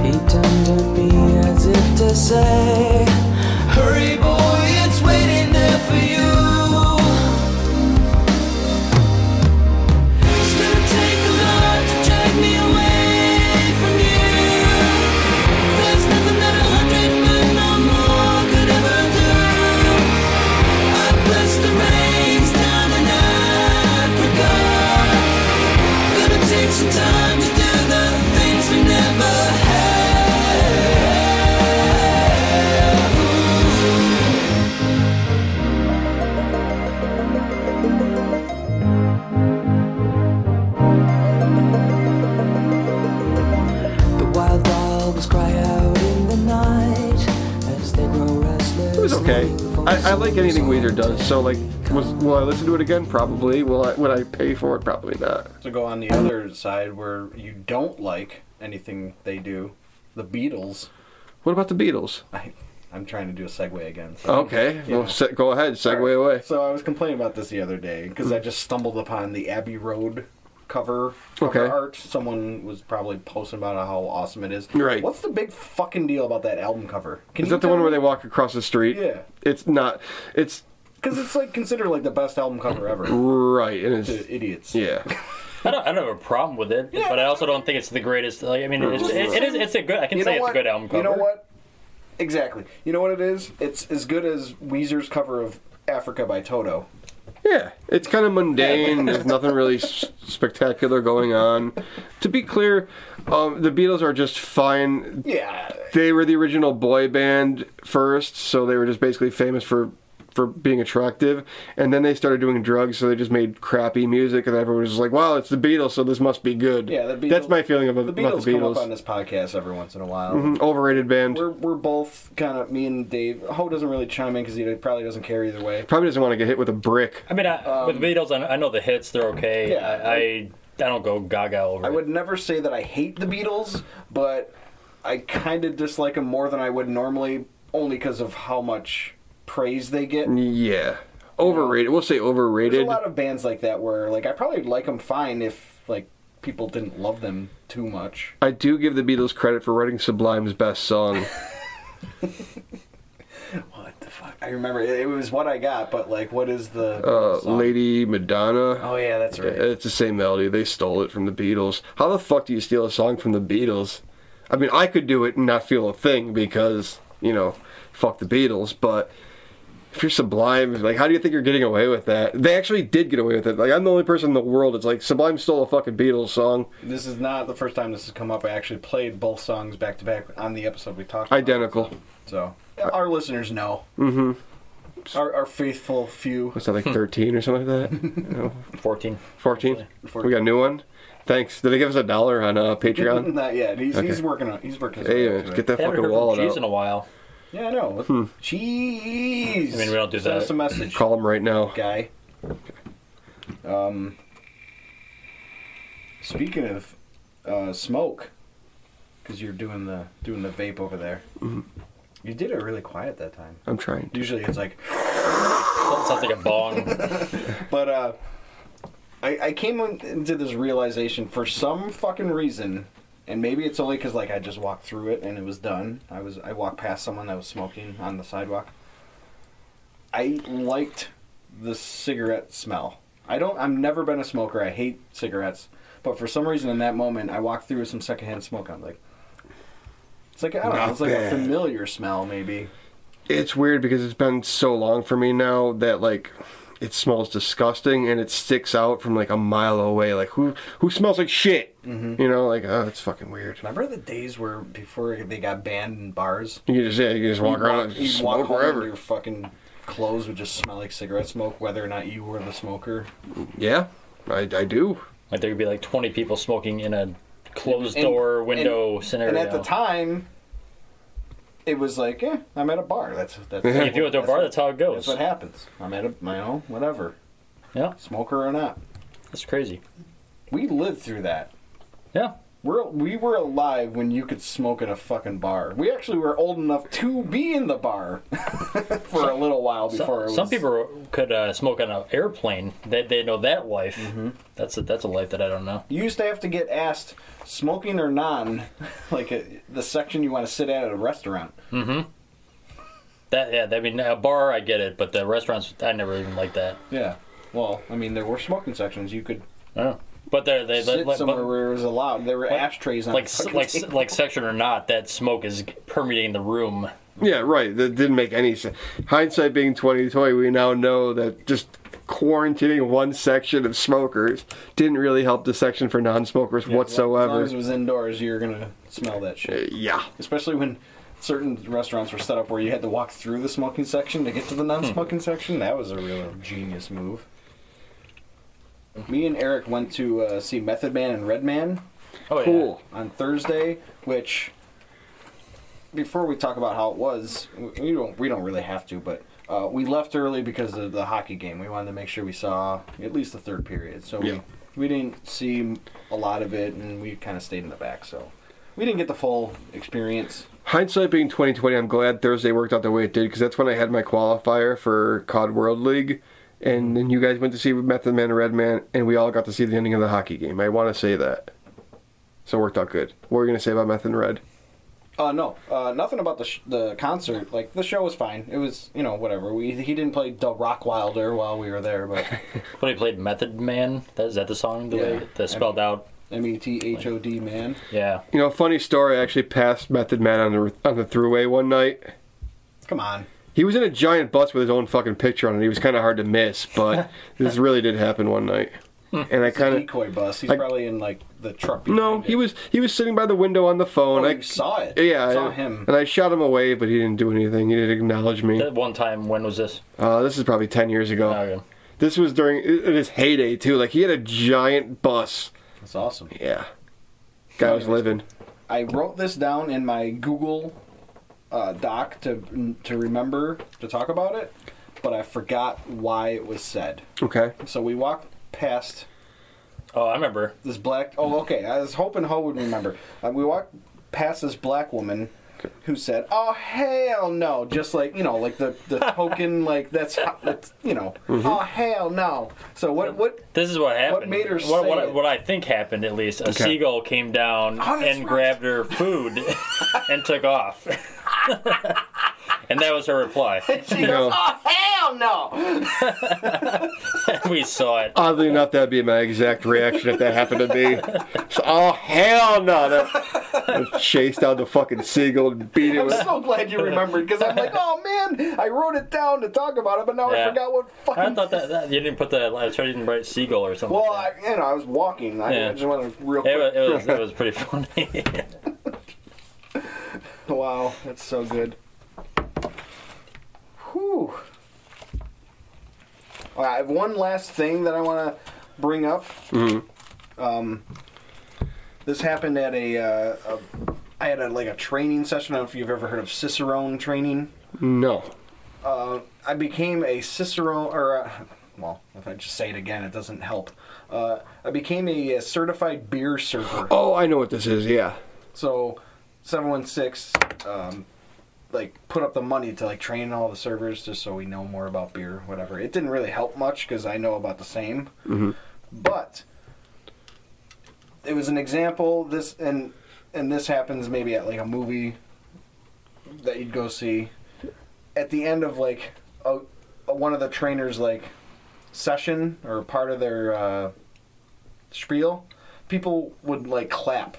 [SPEAKER 8] He turned to me as if to say, Hurry, boy, it's waiting there for you. It's gonna take a lot to drag me away from you. There's nothing that a hundred men or more could ever do. I press the reins down and out.
[SPEAKER 3] okay. I, I like anything Weezer does. So like, was, will I listen to it again? Probably. Will I? Would I pay for it? Probably not.
[SPEAKER 2] To go on the other side where you don't like anything they do, the Beatles.
[SPEAKER 3] What about the Beatles?
[SPEAKER 2] I, I'm trying to do a segue again. so-
[SPEAKER 3] Okay.
[SPEAKER 2] Yeah.
[SPEAKER 3] Well, se- go ahead. Segue away.
[SPEAKER 2] So I was complaining about this the other day because I just stumbled upon the Abbey Road cover, cover
[SPEAKER 3] Okay.
[SPEAKER 2] art. Someone was probably posting about how awesome it is.
[SPEAKER 3] Right.
[SPEAKER 2] What's the big fucking deal about that album cover? Can
[SPEAKER 3] Is
[SPEAKER 2] you
[SPEAKER 3] that the one
[SPEAKER 2] tell
[SPEAKER 3] where they
[SPEAKER 2] me?
[SPEAKER 3] walk across the street?
[SPEAKER 2] Yeah.
[SPEAKER 3] It's not. It's
[SPEAKER 2] Because it's like considered like the best album cover ever.
[SPEAKER 3] right, and it's
[SPEAKER 2] to idiots.
[SPEAKER 3] yeah.
[SPEAKER 4] I don't, I don't have a problem with it, but I also don't think it's the greatest. Like, I mean, it's, it, it is. It's a good. I can
[SPEAKER 2] You know
[SPEAKER 4] say it's
[SPEAKER 2] what?
[SPEAKER 4] a good album cover.
[SPEAKER 2] You know what? Exactly. You know what it is? It's as good as Weezer's cover of Africa by Toto.
[SPEAKER 3] Yeah, it's kind of mundane. There's nothing really s- spectacular going on. To be clear, um, the Beatles are just fine.
[SPEAKER 2] Yeah.
[SPEAKER 3] They were the original boy band first, so they were just basically famous for for being attractive. And then they started doing drugs, so they just made crappy music, and everyone was just like, "Wow, it's the Beatles, so this must be good."
[SPEAKER 2] Yeah, the Beatles,
[SPEAKER 3] that's my feeling about
[SPEAKER 2] the
[SPEAKER 3] the
[SPEAKER 2] Beatles.
[SPEAKER 3] about the
[SPEAKER 2] come up on
[SPEAKER 3] Beatles.
[SPEAKER 2] this podcast every once in a while.
[SPEAKER 3] Mhm, Overrated band.
[SPEAKER 2] We're, we're both kind of me and Dave. Ho doesn't really chime in because he probably doesn't care either way.
[SPEAKER 3] Probably doesn't want to get hit with a brick.
[SPEAKER 4] I mean, I, with the Beatles, I, I know the hits. They're okay.
[SPEAKER 2] Um, Yeah.
[SPEAKER 4] I, I I don't go gaga over.
[SPEAKER 2] I
[SPEAKER 4] it.
[SPEAKER 2] would never say that I hate the Beatles, but I kind of dislike them more than I would normally, only because of how much praise they get.
[SPEAKER 3] Mm-hmm. Yeah, overrated. We'll say
[SPEAKER 2] There's
[SPEAKER 3] overrated.
[SPEAKER 2] a lot of bands like that where like I probably like them fine if like people didn't love them too much.
[SPEAKER 3] I do give the Beatles credit for writing Sublime's best song.
[SPEAKER 2] What the fuck? I remember it, it was what I got, but like, what is the
[SPEAKER 3] Uh,
[SPEAKER 2] song?
[SPEAKER 3] Lady Madonna.
[SPEAKER 2] Oh yeah, that's right.
[SPEAKER 3] It's the same melody. They stole it from the Beatles. How the fuck do you steal a song from the Beatles? I mean, I could do it and not feel a thing because, you know, fuck the Beatles, but if you're Sublime, like, how do you think you're getting away with that? They actually did get away with it. Like, I'm the only person in the world that's like, Sublime stole a fucking Beatles song.
[SPEAKER 2] This is not the first time this has come up. I actually played both songs back to back on the episode we talked. about.
[SPEAKER 3] Identical.
[SPEAKER 2] So yeah, our listeners know. Mm-hmm. Our, our faithful few.
[SPEAKER 3] What's that, like 13 or something like that?
[SPEAKER 4] Fourteen.
[SPEAKER 3] 14? We got a new one? Thanks. Did they give us a dollar on uh, Patreon?
[SPEAKER 2] Not yet. He's, he's
[SPEAKER 3] Okay.
[SPEAKER 2] working on. He's working. his way
[SPEAKER 3] Hey,
[SPEAKER 2] up
[SPEAKER 3] man,
[SPEAKER 2] to it.
[SPEAKER 3] get that
[SPEAKER 4] I haven't
[SPEAKER 3] fucking
[SPEAKER 4] heard from
[SPEAKER 3] wallet
[SPEAKER 4] Cheese in
[SPEAKER 3] out.
[SPEAKER 4] a while.
[SPEAKER 2] Yeah, I know. Cheese.
[SPEAKER 4] I mean, we don't do
[SPEAKER 2] Send us
[SPEAKER 4] that.
[SPEAKER 2] a message,
[SPEAKER 3] Call him right now.
[SPEAKER 2] guy. Um. Speaking of uh, smoke, because you're doing the doing the vape over there. You did it really quiet that time.
[SPEAKER 3] I'm trying.
[SPEAKER 2] Usually it's like
[SPEAKER 4] Sounds like a bong.
[SPEAKER 2] But uh, I, I came on- into this realization for some fucking reason, and maybe it's only because like I just walked through it and it was done. I was I walked past someone that was smoking on the sidewalk. I liked the cigarette smell. I don't. I've never been a smoker. I hate cigarettes, but for some reason in that moment, I walked through with some secondhand smoke. I'm like. It's like I don't know.
[SPEAKER 3] Not
[SPEAKER 2] It's like a
[SPEAKER 3] bad.
[SPEAKER 2] familiar smell, maybe.
[SPEAKER 3] It's weird because it's been so long for me now that like it smells disgusting and it sticks out from like a mile away. Like who who smells like shit?
[SPEAKER 2] Mm-hmm.
[SPEAKER 3] You know, like oh, it's fucking weird.
[SPEAKER 2] Remember the days where before they got banned in bars,
[SPEAKER 3] You can just yeah, you can just walk
[SPEAKER 2] You'd
[SPEAKER 3] around
[SPEAKER 2] walk-
[SPEAKER 3] and
[SPEAKER 2] you'd
[SPEAKER 3] smoke
[SPEAKER 2] walk home and
[SPEAKER 3] wherever.
[SPEAKER 2] Your fucking clothes would just smell like cigarette smoke, whether or not you were the smoker.
[SPEAKER 3] Yeah, I, I do.
[SPEAKER 4] like there could be like twenty people smoking in a closed door window
[SPEAKER 2] and,
[SPEAKER 4] scenario.
[SPEAKER 2] And at the time, it was like, yeah, I'm at a bar. That's that's.
[SPEAKER 4] Hey, if you went to a bar, that's how it
[SPEAKER 2] That's
[SPEAKER 4] goes.
[SPEAKER 2] what happens. I'm at a, my own whatever,
[SPEAKER 4] yeah,
[SPEAKER 2] smoker or not.
[SPEAKER 4] that's crazy.
[SPEAKER 2] We lived through that.
[SPEAKER 4] Yeah,
[SPEAKER 2] We're, we were alive when you could smoke in a fucking bar. We actually were old enough to be in the bar for a little while
[SPEAKER 4] Some-
[SPEAKER 2] before it was.
[SPEAKER 4] Some people could uh, smoke on an airplane. They, they know that life.
[SPEAKER 2] Mm-hmm.
[SPEAKER 4] That's a, that's a life that I don't know.
[SPEAKER 2] You used to have to get asked smoking or non, like uh the section you want to sit at at a restaurant.
[SPEAKER 4] That yeah, I mean a bar I get it, but the restaurants I never even like that.
[SPEAKER 2] Yeah. Well, I mean, there were smoking sections. You could
[SPEAKER 4] Oh. But they're, they
[SPEAKER 2] sit
[SPEAKER 4] like,
[SPEAKER 2] somewhere
[SPEAKER 4] but,
[SPEAKER 2] where it was allowed. There were ashtrays on
[SPEAKER 4] like
[SPEAKER 2] the
[SPEAKER 4] s-
[SPEAKER 2] fucking
[SPEAKER 4] like s-
[SPEAKER 2] table.
[SPEAKER 4] like section or not, that smoke is permeating the room.
[SPEAKER 3] Yeah, right. That didn't make any sense. Hindsight being twenty twenty, we now know that just quarantining one section of smokers didn't really help the section for non-smokers
[SPEAKER 2] As long
[SPEAKER 3] whatsoever. Uh,
[SPEAKER 2] as it was indoors, you're gonna smell that shit.
[SPEAKER 3] yeah.
[SPEAKER 2] Especially when certain restaurants were set up where you had to walk through the smoking section to get
[SPEAKER 4] Hmm.
[SPEAKER 2] to the non-smoking section. That was a real genius move. Me and Eric went to uh, see Method Man and Red Man
[SPEAKER 4] Oh yeah.
[SPEAKER 3] Cool.
[SPEAKER 2] on Thursday, which before we talk about how it was, we- we don't we don't really have to, but uh, we left early because of the hockey game. We wanted to make sure we saw at least the third period, so
[SPEAKER 3] Yeah.
[SPEAKER 2] we, we didn't see a lot of it, and we kind of stayed in the back, so we didn't get the full experience.
[SPEAKER 3] Hindsight being 2020, I'm glad Thursday worked out the way it did because that's when I had my qualifier for COD World League.
[SPEAKER 2] Mm-hmm.
[SPEAKER 3] And then you guys went to see Method Man and Red Man, and we all got to see the ending of the hockey game. I want to say that. So it worked out good. What were you going to say about Method and Red?
[SPEAKER 2] Uh, no, uh, nothing about the sh- the concert. Like the show was fine. It was you know whatever. We he didn't play Del Rockwilder while we were there, but
[SPEAKER 4] But he played Method Man. That, is that the song? The
[SPEAKER 2] Yeah.
[SPEAKER 4] way that's spelled out?
[SPEAKER 2] M E T H O D man.
[SPEAKER 4] Yeah.
[SPEAKER 3] You know, funny story. I actually passed Method Man on the on the throughway one night.
[SPEAKER 2] Come on.
[SPEAKER 3] He was in a giant bus with his own fucking picture on it. He was kind of hard to miss, but this really did happen one night.
[SPEAKER 2] Hmm.
[SPEAKER 3] And I kind of
[SPEAKER 2] decoy bus. He's
[SPEAKER 3] like-
[SPEAKER 2] probably in like the truck.
[SPEAKER 3] no,
[SPEAKER 2] behind
[SPEAKER 3] he
[SPEAKER 2] it.
[SPEAKER 3] was he was sitting by the window on the phone.
[SPEAKER 2] Oh,
[SPEAKER 3] I
[SPEAKER 2] you saw it.
[SPEAKER 3] Yeah,
[SPEAKER 2] saw
[SPEAKER 3] I-
[SPEAKER 2] him. Uh,
[SPEAKER 3] And I shot him away, but he didn't do anything. He didn't acknowledge me.
[SPEAKER 4] That one time, when was this?
[SPEAKER 3] Uh, this is probably ten years ago.
[SPEAKER 4] Oh, yeah.
[SPEAKER 3] This was during i- his heyday too. Like he had a giant bus.
[SPEAKER 2] That's awesome.
[SPEAKER 3] Yeah, guy was living.
[SPEAKER 2] I wrote this down in my Google uh, doc to to remember to talk about it, but I forgot why it was said.
[SPEAKER 3] Okay.
[SPEAKER 2] So we walked past
[SPEAKER 4] Oh, I remember.
[SPEAKER 2] this black. Oh, okay. I was hoping Ho would remember. Uh, we walked past this black woman. Who said, "Oh hell no!" Just like you know, like the the token, like that's, that's you know, oh hell no. So what what
[SPEAKER 4] This is what happened.
[SPEAKER 2] made her
[SPEAKER 4] what,
[SPEAKER 2] say
[SPEAKER 4] what, I-
[SPEAKER 2] it?
[SPEAKER 4] what I think happened, at least, a seagull came down
[SPEAKER 2] Oh, that's
[SPEAKER 4] and
[SPEAKER 2] right.
[SPEAKER 4] grabbed her food and took off. and that was her reply.
[SPEAKER 2] She
[SPEAKER 3] No.
[SPEAKER 2] goes, oh, hell no!
[SPEAKER 4] we saw it.
[SPEAKER 3] Oddly enough, that'd be my exact reaction if that happened to me. So, oh hell no! That, I chased down the fucking seagull and beat it.
[SPEAKER 2] I'm
[SPEAKER 3] With,
[SPEAKER 2] so glad you remembered because I'm like, oh man, I wrote it down to talk about it, but now I
[SPEAKER 4] Yeah.
[SPEAKER 2] forgot what
[SPEAKER 4] I
[SPEAKER 2] fucking.
[SPEAKER 4] thought that, that you didn't put that. I tried to write seagull or something.
[SPEAKER 2] well, I,
[SPEAKER 4] like
[SPEAKER 2] you know, I was walking. I
[SPEAKER 4] Yeah.
[SPEAKER 2] just went real
[SPEAKER 4] that.
[SPEAKER 2] quick.
[SPEAKER 4] it, was, it was it was pretty funny.
[SPEAKER 2] Wow, that's so good. Whew. All right, I have one last thing that I want to bring up.
[SPEAKER 4] Mm-hmm.
[SPEAKER 2] Um, this happened at a, uh, a. I had a, like a training session. I don't know if you've ever heard of Cicerone training.
[SPEAKER 3] no.
[SPEAKER 2] I became a Cicero, or uh well, if I just say it again, it doesn't help. Uh, I became a, uh certified beer server.
[SPEAKER 3] Oh, I know what this is. Yeah.
[SPEAKER 2] So, seven one six, um, like put up the money to like train all the servers just so we know more about beer, whatever. It didn't really help much because I know about the same, but it was an example. This and and this happens maybe at like a movie that you'd go see at the end of like a, a, one of the trainers like session or part of their uh, spiel. People would like clap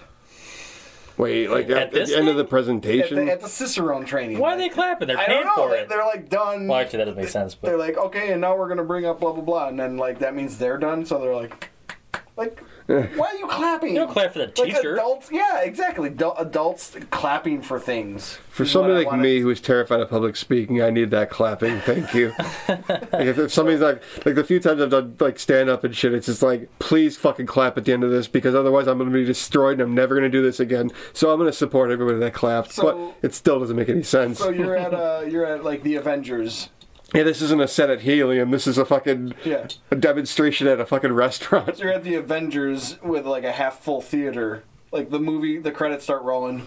[SPEAKER 3] Wait, like
[SPEAKER 4] At
[SPEAKER 3] at, at the
[SPEAKER 4] this
[SPEAKER 3] end of
[SPEAKER 4] thing?
[SPEAKER 3] the
[SPEAKER 2] at
[SPEAKER 3] presentation.
[SPEAKER 2] the, at the Cicerone training.
[SPEAKER 4] Why are they clapping? They're
[SPEAKER 2] I
[SPEAKER 4] paying
[SPEAKER 2] don't know.
[SPEAKER 4] for
[SPEAKER 2] They,
[SPEAKER 4] it.
[SPEAKER 2] they're like done.
[SPEAKER 4] Well, actually, that doesn't make sense.
[SPEAKER 2] they're
[SPEAKER 4] But
[SPEAKER 2] like, okay, and now we're gonna bring up blah blah blah, and then like that means they're done. So they're like, like, why are you clapping?
[SPEAKER 4] you don't clap for the
[SPEAKER 2] Like
[SPEAKER 4] teacher.
[SPEAKER 2] adults, yeah, exactly. Du- adults clapping for things.
[SPEAKER 3] For
[SPEAKER 2] is what I
[SPEAKER 3] somebody like
[SPEAKER 2] wanna-
[SPEAKER 3] me who is terrified of public speaking, I need that clapping. Thank you. like if, if somebody's like, like the few times I've done like stand up and shit, it's just like, please fucking clap at the end of this because otherwise I'm going to be destroyed and I'm never going to do this again. So I'm going to support everybody that clapped,
[SPEAKER 2] So-
[SPEAKER 3] but it still doesn't make any sense.
[SPEAKER 2] So you're at uh, you're at like the Avengers.
[SPEAKER 3] yeah, this isn't a set at Helium. This is a fucking
[SPEAKER 2] Yeah.
[SPEAKER 3] a demonstration at a fucking restaurant.
[SPEAKER 2] You're at the Avengers with like a half full theater. Like the movie, the credits start rolling.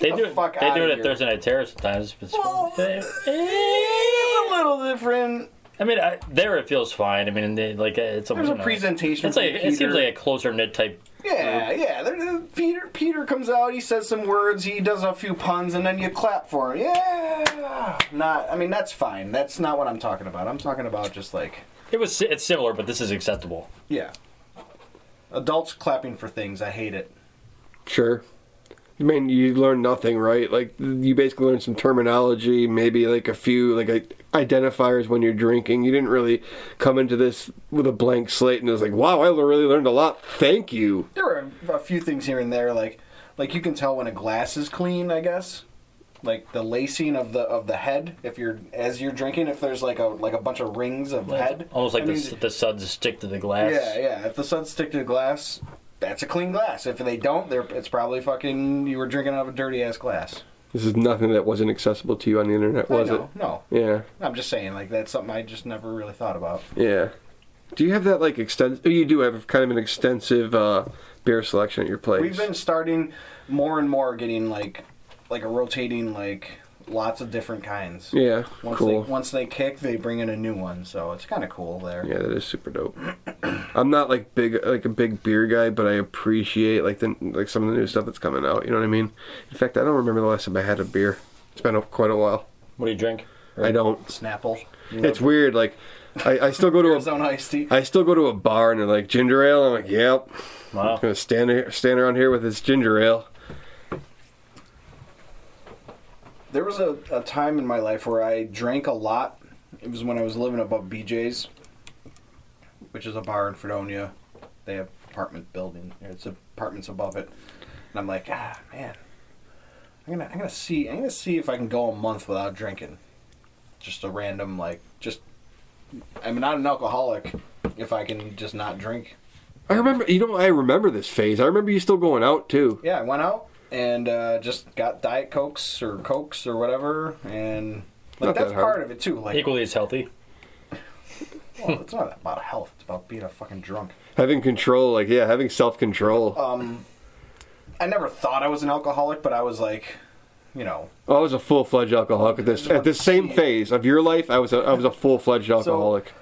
[SPEAKER 4] They
[SPEAKER 2] the
[SPEAKER 4] do it.
[SPEAKER 2] fuck
[SPEAKER 4] They
[SPEAKER 2] outta
[SPEAKER 4] do it at
[SPEAKER 2] here.
[SPEAKER 4] Thursday Night Terror sometimes. It's-
[SPEAKER 2] Well,
[SPEAKER 4] I
[SPEAKER 2] It's a little different.
[SPEAKER 4] mean, I, there it feels fine. I mean, they, like uh, it's
[SPEAKER 2] There's
[SPEAKER 4] almost
[SPEAKER 2] a
[SPEAKER 4] you know,
[SPEAKER 2] presentation.
[SPEAKER 4] It's like
[SPEAKER 2] from
[SPEAKER 4] it
[SPEAKER 2] Peter.
[SPEAKER 4] seems like a closer knit type.
[SPEAKER 2] Yeah, yeah. there- there- Peter Peter comes out. He says some words. He does a few puns, and then you clap for him. Yeah. Not. I mean, that's fine. That's not what I'm talking about. I'm talking about just like
[SPEAKER 4] It was. si- It's similar, but this is acceptable.
[SPEAKER 2] yeah. Adults clapping for things. I hate it.
[SPEAKER 3] Sure. I mean, you learn nothing, right? Like you basically learn some terminology, maybe like a few like i- identifiers when you're drinking. You didn't really come into this with a blank slate and it was like, "Wow, I really learned a lot. Thank you."
[SPEAKER 2] There are a few things here and there, like like you can tell when a glass is clean. I guess. Like the lacing of the of the head, if you're as you're drinking, if there's like a like a bunch of rings of head,
[SPEAKER 4] Almost like
[SPEAKER 2] I
[SPEAKER 4] the,
[SPEAKER 2] mean,
[SPEAKER 4] s the suds stick to the glass.
[SPEAKER 2] Yeah, yeah. If the suds stick to the glass, that's a clean glass. If they don't, they're it's probably fucking you were drinking out of a dirty ass glass.
[SPEAKER 3] This is nothing that wasn't accessible to you on the internet,
[SPEAKER 2] I
[SPEAKER 3] was
[SPEAKER 2] know, No,
[SPEAKER 3] it? Yeah.
[SPEAKER 2] I'm just saying like that's something I just never really thought about.
[SPEAKER 3] Yeah. Do you have that like extensive? You do have kind of an extensive uh, beer selection at your place.
[SPEAKER 2] We've been starting more and more getting like like a rotating like lots of different kinds.
[SPEAKER 3] Yeah.
[SPEAKER 2] Once
[SPEAKER 3] cool.
[SPEAKER 2] they once they kick, they bring in a new one, so it's kind of cool there.
[SPEAKER 3] Yeah, that is super dope. I'm not like big like a big beer guy, but I appreciate like the like some of the new stuff that's coming out. You know what I mean? In fact, I don't remember the last time I had a beer. It's been a- quite a while.
[SPEAKER 4] What do you drink?
[SPEAKER 3] I don't.
[SPEAKER 2] Snapple,
[SPEAKER 3] It's weird. Like, I, I still go to a
[SPEAKER 2] Arizona iced tea.
[SPEAKER 3] I still go to a bar and they're like ginger ale. I'm like, yep.
[SPEAKER 4] Wow.
[SPEAKER 3] I'm gonna stand here, stand around here with this ginger ale.
[SPEAKER 2] There was a, a time in my life where I drank a lot. It was when I was living above BJ's, which is a bar in Fredonia. They have apartment building. It's apartments above it, and I'm like, ah, man, I'm gonna I'm gonna see I'm gonna see if I can go a month without drinking. Just a random like just. I'm not an alcoholic. If I can just not drink,
[SPEAKER 3] I remember. You know, I remember this phase. I remember you still going out too.
[SPEAKER 2] yeah, I went out and uh, just got diet cokes or cokes or whatever, and like
[SPEAKER 3] Not that
[SPEAKER 2] that's
[SPEAKER 3] hard.
[SPEAKER 2] part of it too. Like
[SPEAKER 4] Equally as healthy.
[SPEAKER 2] Well, it's not about health. It's about being a fucking drunk.
[SPEAKER 3] Having control, like yeah, having self control.
[SPEAKER 2] I never thought I was an alcoholic, but I was like, you know.
[SPEAKER 3] I was a full fledged alcoholic at this at this same phase of your life. I was a I was a full fledged alcoholic.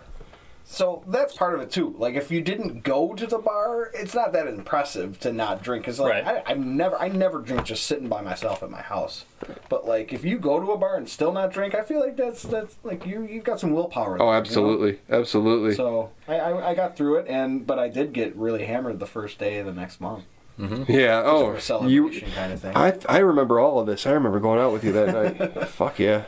[SPEAKER 2] So that's part of it too. Like, if you didn't go to the bar, it's not that impressive to not drink. Cause like
[SPEAKER 4] Right.
[SPEAKER 2] I, I never, I never drink just sitting by myself at my house. But like, if you go to a bar and still not drink, I feel like that's that's like you you've got some willpower. there, you
[SPEAKER 3] oh,
[SPEAKER 2] know?
[SPEAKER 3] absolutely, absolutely.
[SPEAKER 2] So I, I I got through it, and but I did get really hammered the first day of the next month.
[SPEAKER 3] yeah.
[SPEAKER 2] for a
[SPEAKER 3] Oh, you.
[SPEAKER 2] celebration kind of thing.
[SPEAKER 3] I I remember all of this. I remember going out with you that night. Fuck yeah.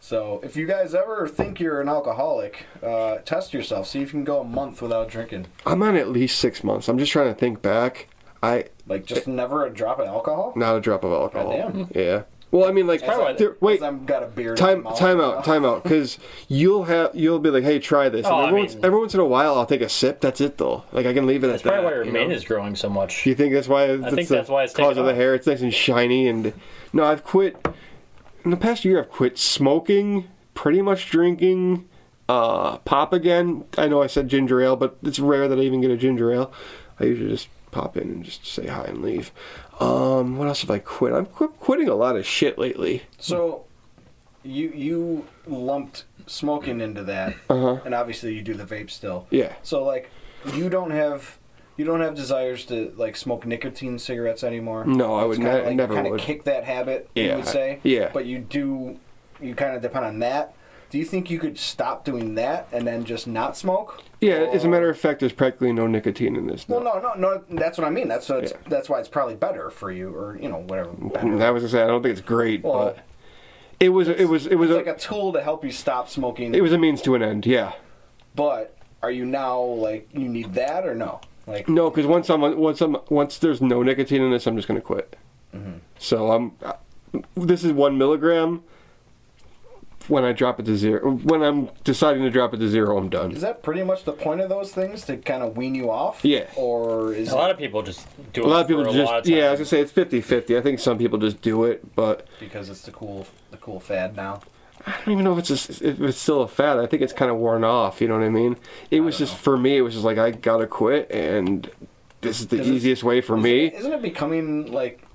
[SPEAKER 2] So if you guys ever think you're an alcoholic, uh, test yourself. See if you can go a month without drinking.
[SPEAKER 3] I'm on at least six months. I'm just trying to think back. I
[SPEAKER 2] Like
[SPEAKER 3] Eh.
[SPEAKER 2] just never a drop of alcohol.
[SPEAKER 3] not a drop of alcohol.
[SPEAKER 2] Goddamn.
[SPEAKER 3] Yeah. Well, I mean, like,
[SPEAKER 4] probably why-
[SPEAKER 3] there- wait,
[SPEAKER 2] 'Cause I've got a beard.
[SPEAKER 3] time,
[SPEAKER 2] in my mouth
[SPEAKER 3] time
[SPEAKER 2] right
[SPEAKER 3] out,
[SPEAKER 2] now.
[SPEAKER 3] time out, because you'll have, you'll be like, hey, try this. And
[SPEAKER 4] Oh, I
[SPEAKER 3] every, once,
[SPEAKER 4] mean-
[SPEAKER 3] every once in a while, I'll take a sip. That's it, though. Like, I can leave it
[SPEAKER 4] That's
[SPEAKER 3] at that.
[SPEAKER 4] probably why your
[SPEAKER 3] you
[SPEAKER 4] mane
[SPEAKER 3] know?
[SPEAKER 4] is growing so much.
[SPEAKER 3] Do you think that's why? That's
[SPEAKER 4] think
[SPEAKER 3] the
[SPEAKER 4] that's why it's
[SPEAKER 3] cause
[SPEAKER 4] taken
[SPEAKER 3] of the
[SPEAKER 4] off.
[SPEAKER 3] hair. It's nice and shiny. And no, I've quit. In the past year, I've quit smoking, pretty much drinking, uh, pop again. I know I said ginger ale, but it's rare that I even get a ginger ale. I usually just pop in and just say hi and leave. Um, what else have I quit? I'm quit quitting a lot of shit lately.
[SPEAKER 2] So you you lumped smoking into that, and obviously you do the vape still.
[SPEAKER 3] Uh-huh. Yeah.
[SPEAKER 2] So like you don't have. You don't have desires to like smoke nicotine cigarettes anymore.
[SPEAKER 3] No, I would
[SPEAKER 2] kinda,
[SPEAKER 3] ne- never
[SPEAKER 2] Kind of
[SPEAKER 3] would.
[SPEAKER 2] kick that habit.
[SPEAKER 3] Yeah,
[SPEAKER 2] you would say.
[SPEAKER 3] yeah.
[SPEAKER 2] But you do. You kind of depend on that. Do you think you could stop doing that and then just not smoke?
[SPEAKER 3] Yeah, as a matter of fact, there's practically no nicotine in this.
[SPEAKER 2] Well, no, no, no. That's what I mean. That's what it's,
[SPEAKER 3] Yeah. Mm-hmm.
[SPEAKER 2] that's why it's probably better for you, or you know, whatever. better.
[SPEAKER 3] I was gonna say I don't think it's great,
[SPEAKER 2] Well,
[SPEAKER 3] but it was it was it was
[SPEAKER 2] It's
[SPEAKER 3] a,
[SPEAKER 2] like a tool to help you stop smoking.
[SPEAKER 3] it was a means to an end. Yeah.
[SPEAKER 2] but are you now like you need that or no? Like
[SPEAKER 3] No, because once I'm once I'm once there's no nicotine in this, I'm just gonna quit.
[SPEAKER 2] Mm-hmm.
[SPEAKER 3] So I'm. I- This is one milligram. When I drop it to zero, when I'm deciding to drop it to zero, I'm done.
[SPEAKER 2] is that pretty much the point of those things to kind of wean you off?
[SPEAKER 3] Yeah.
[SPEAKER 2] Or is
[SPEAKER 4] A lot of people just do
[SPEAKER 3] a lot of
[SPEAKER 4] it
[SPEAKER 3] people
[SPEAKER 4] for a
[SPEAKER 3] just
[SPEAKER 4] lot of time.
[SPEAKER 3] yeah, I was gonna say it's 50-50. I think some people just do it, but
[SPEAKER 2] it because it's the cool the cool fad now?
[SPEAKER 3] I don't even know if it's just, if it's still a fad. I think it's kind of worn off. You know what I mean? It was just for me. It was just like I gotta quit, and this is the
[SPEAKER 2] Does it-
[SPEAKER 3] easiest way for me.
[SPEAKER 2] Isn't it becoming like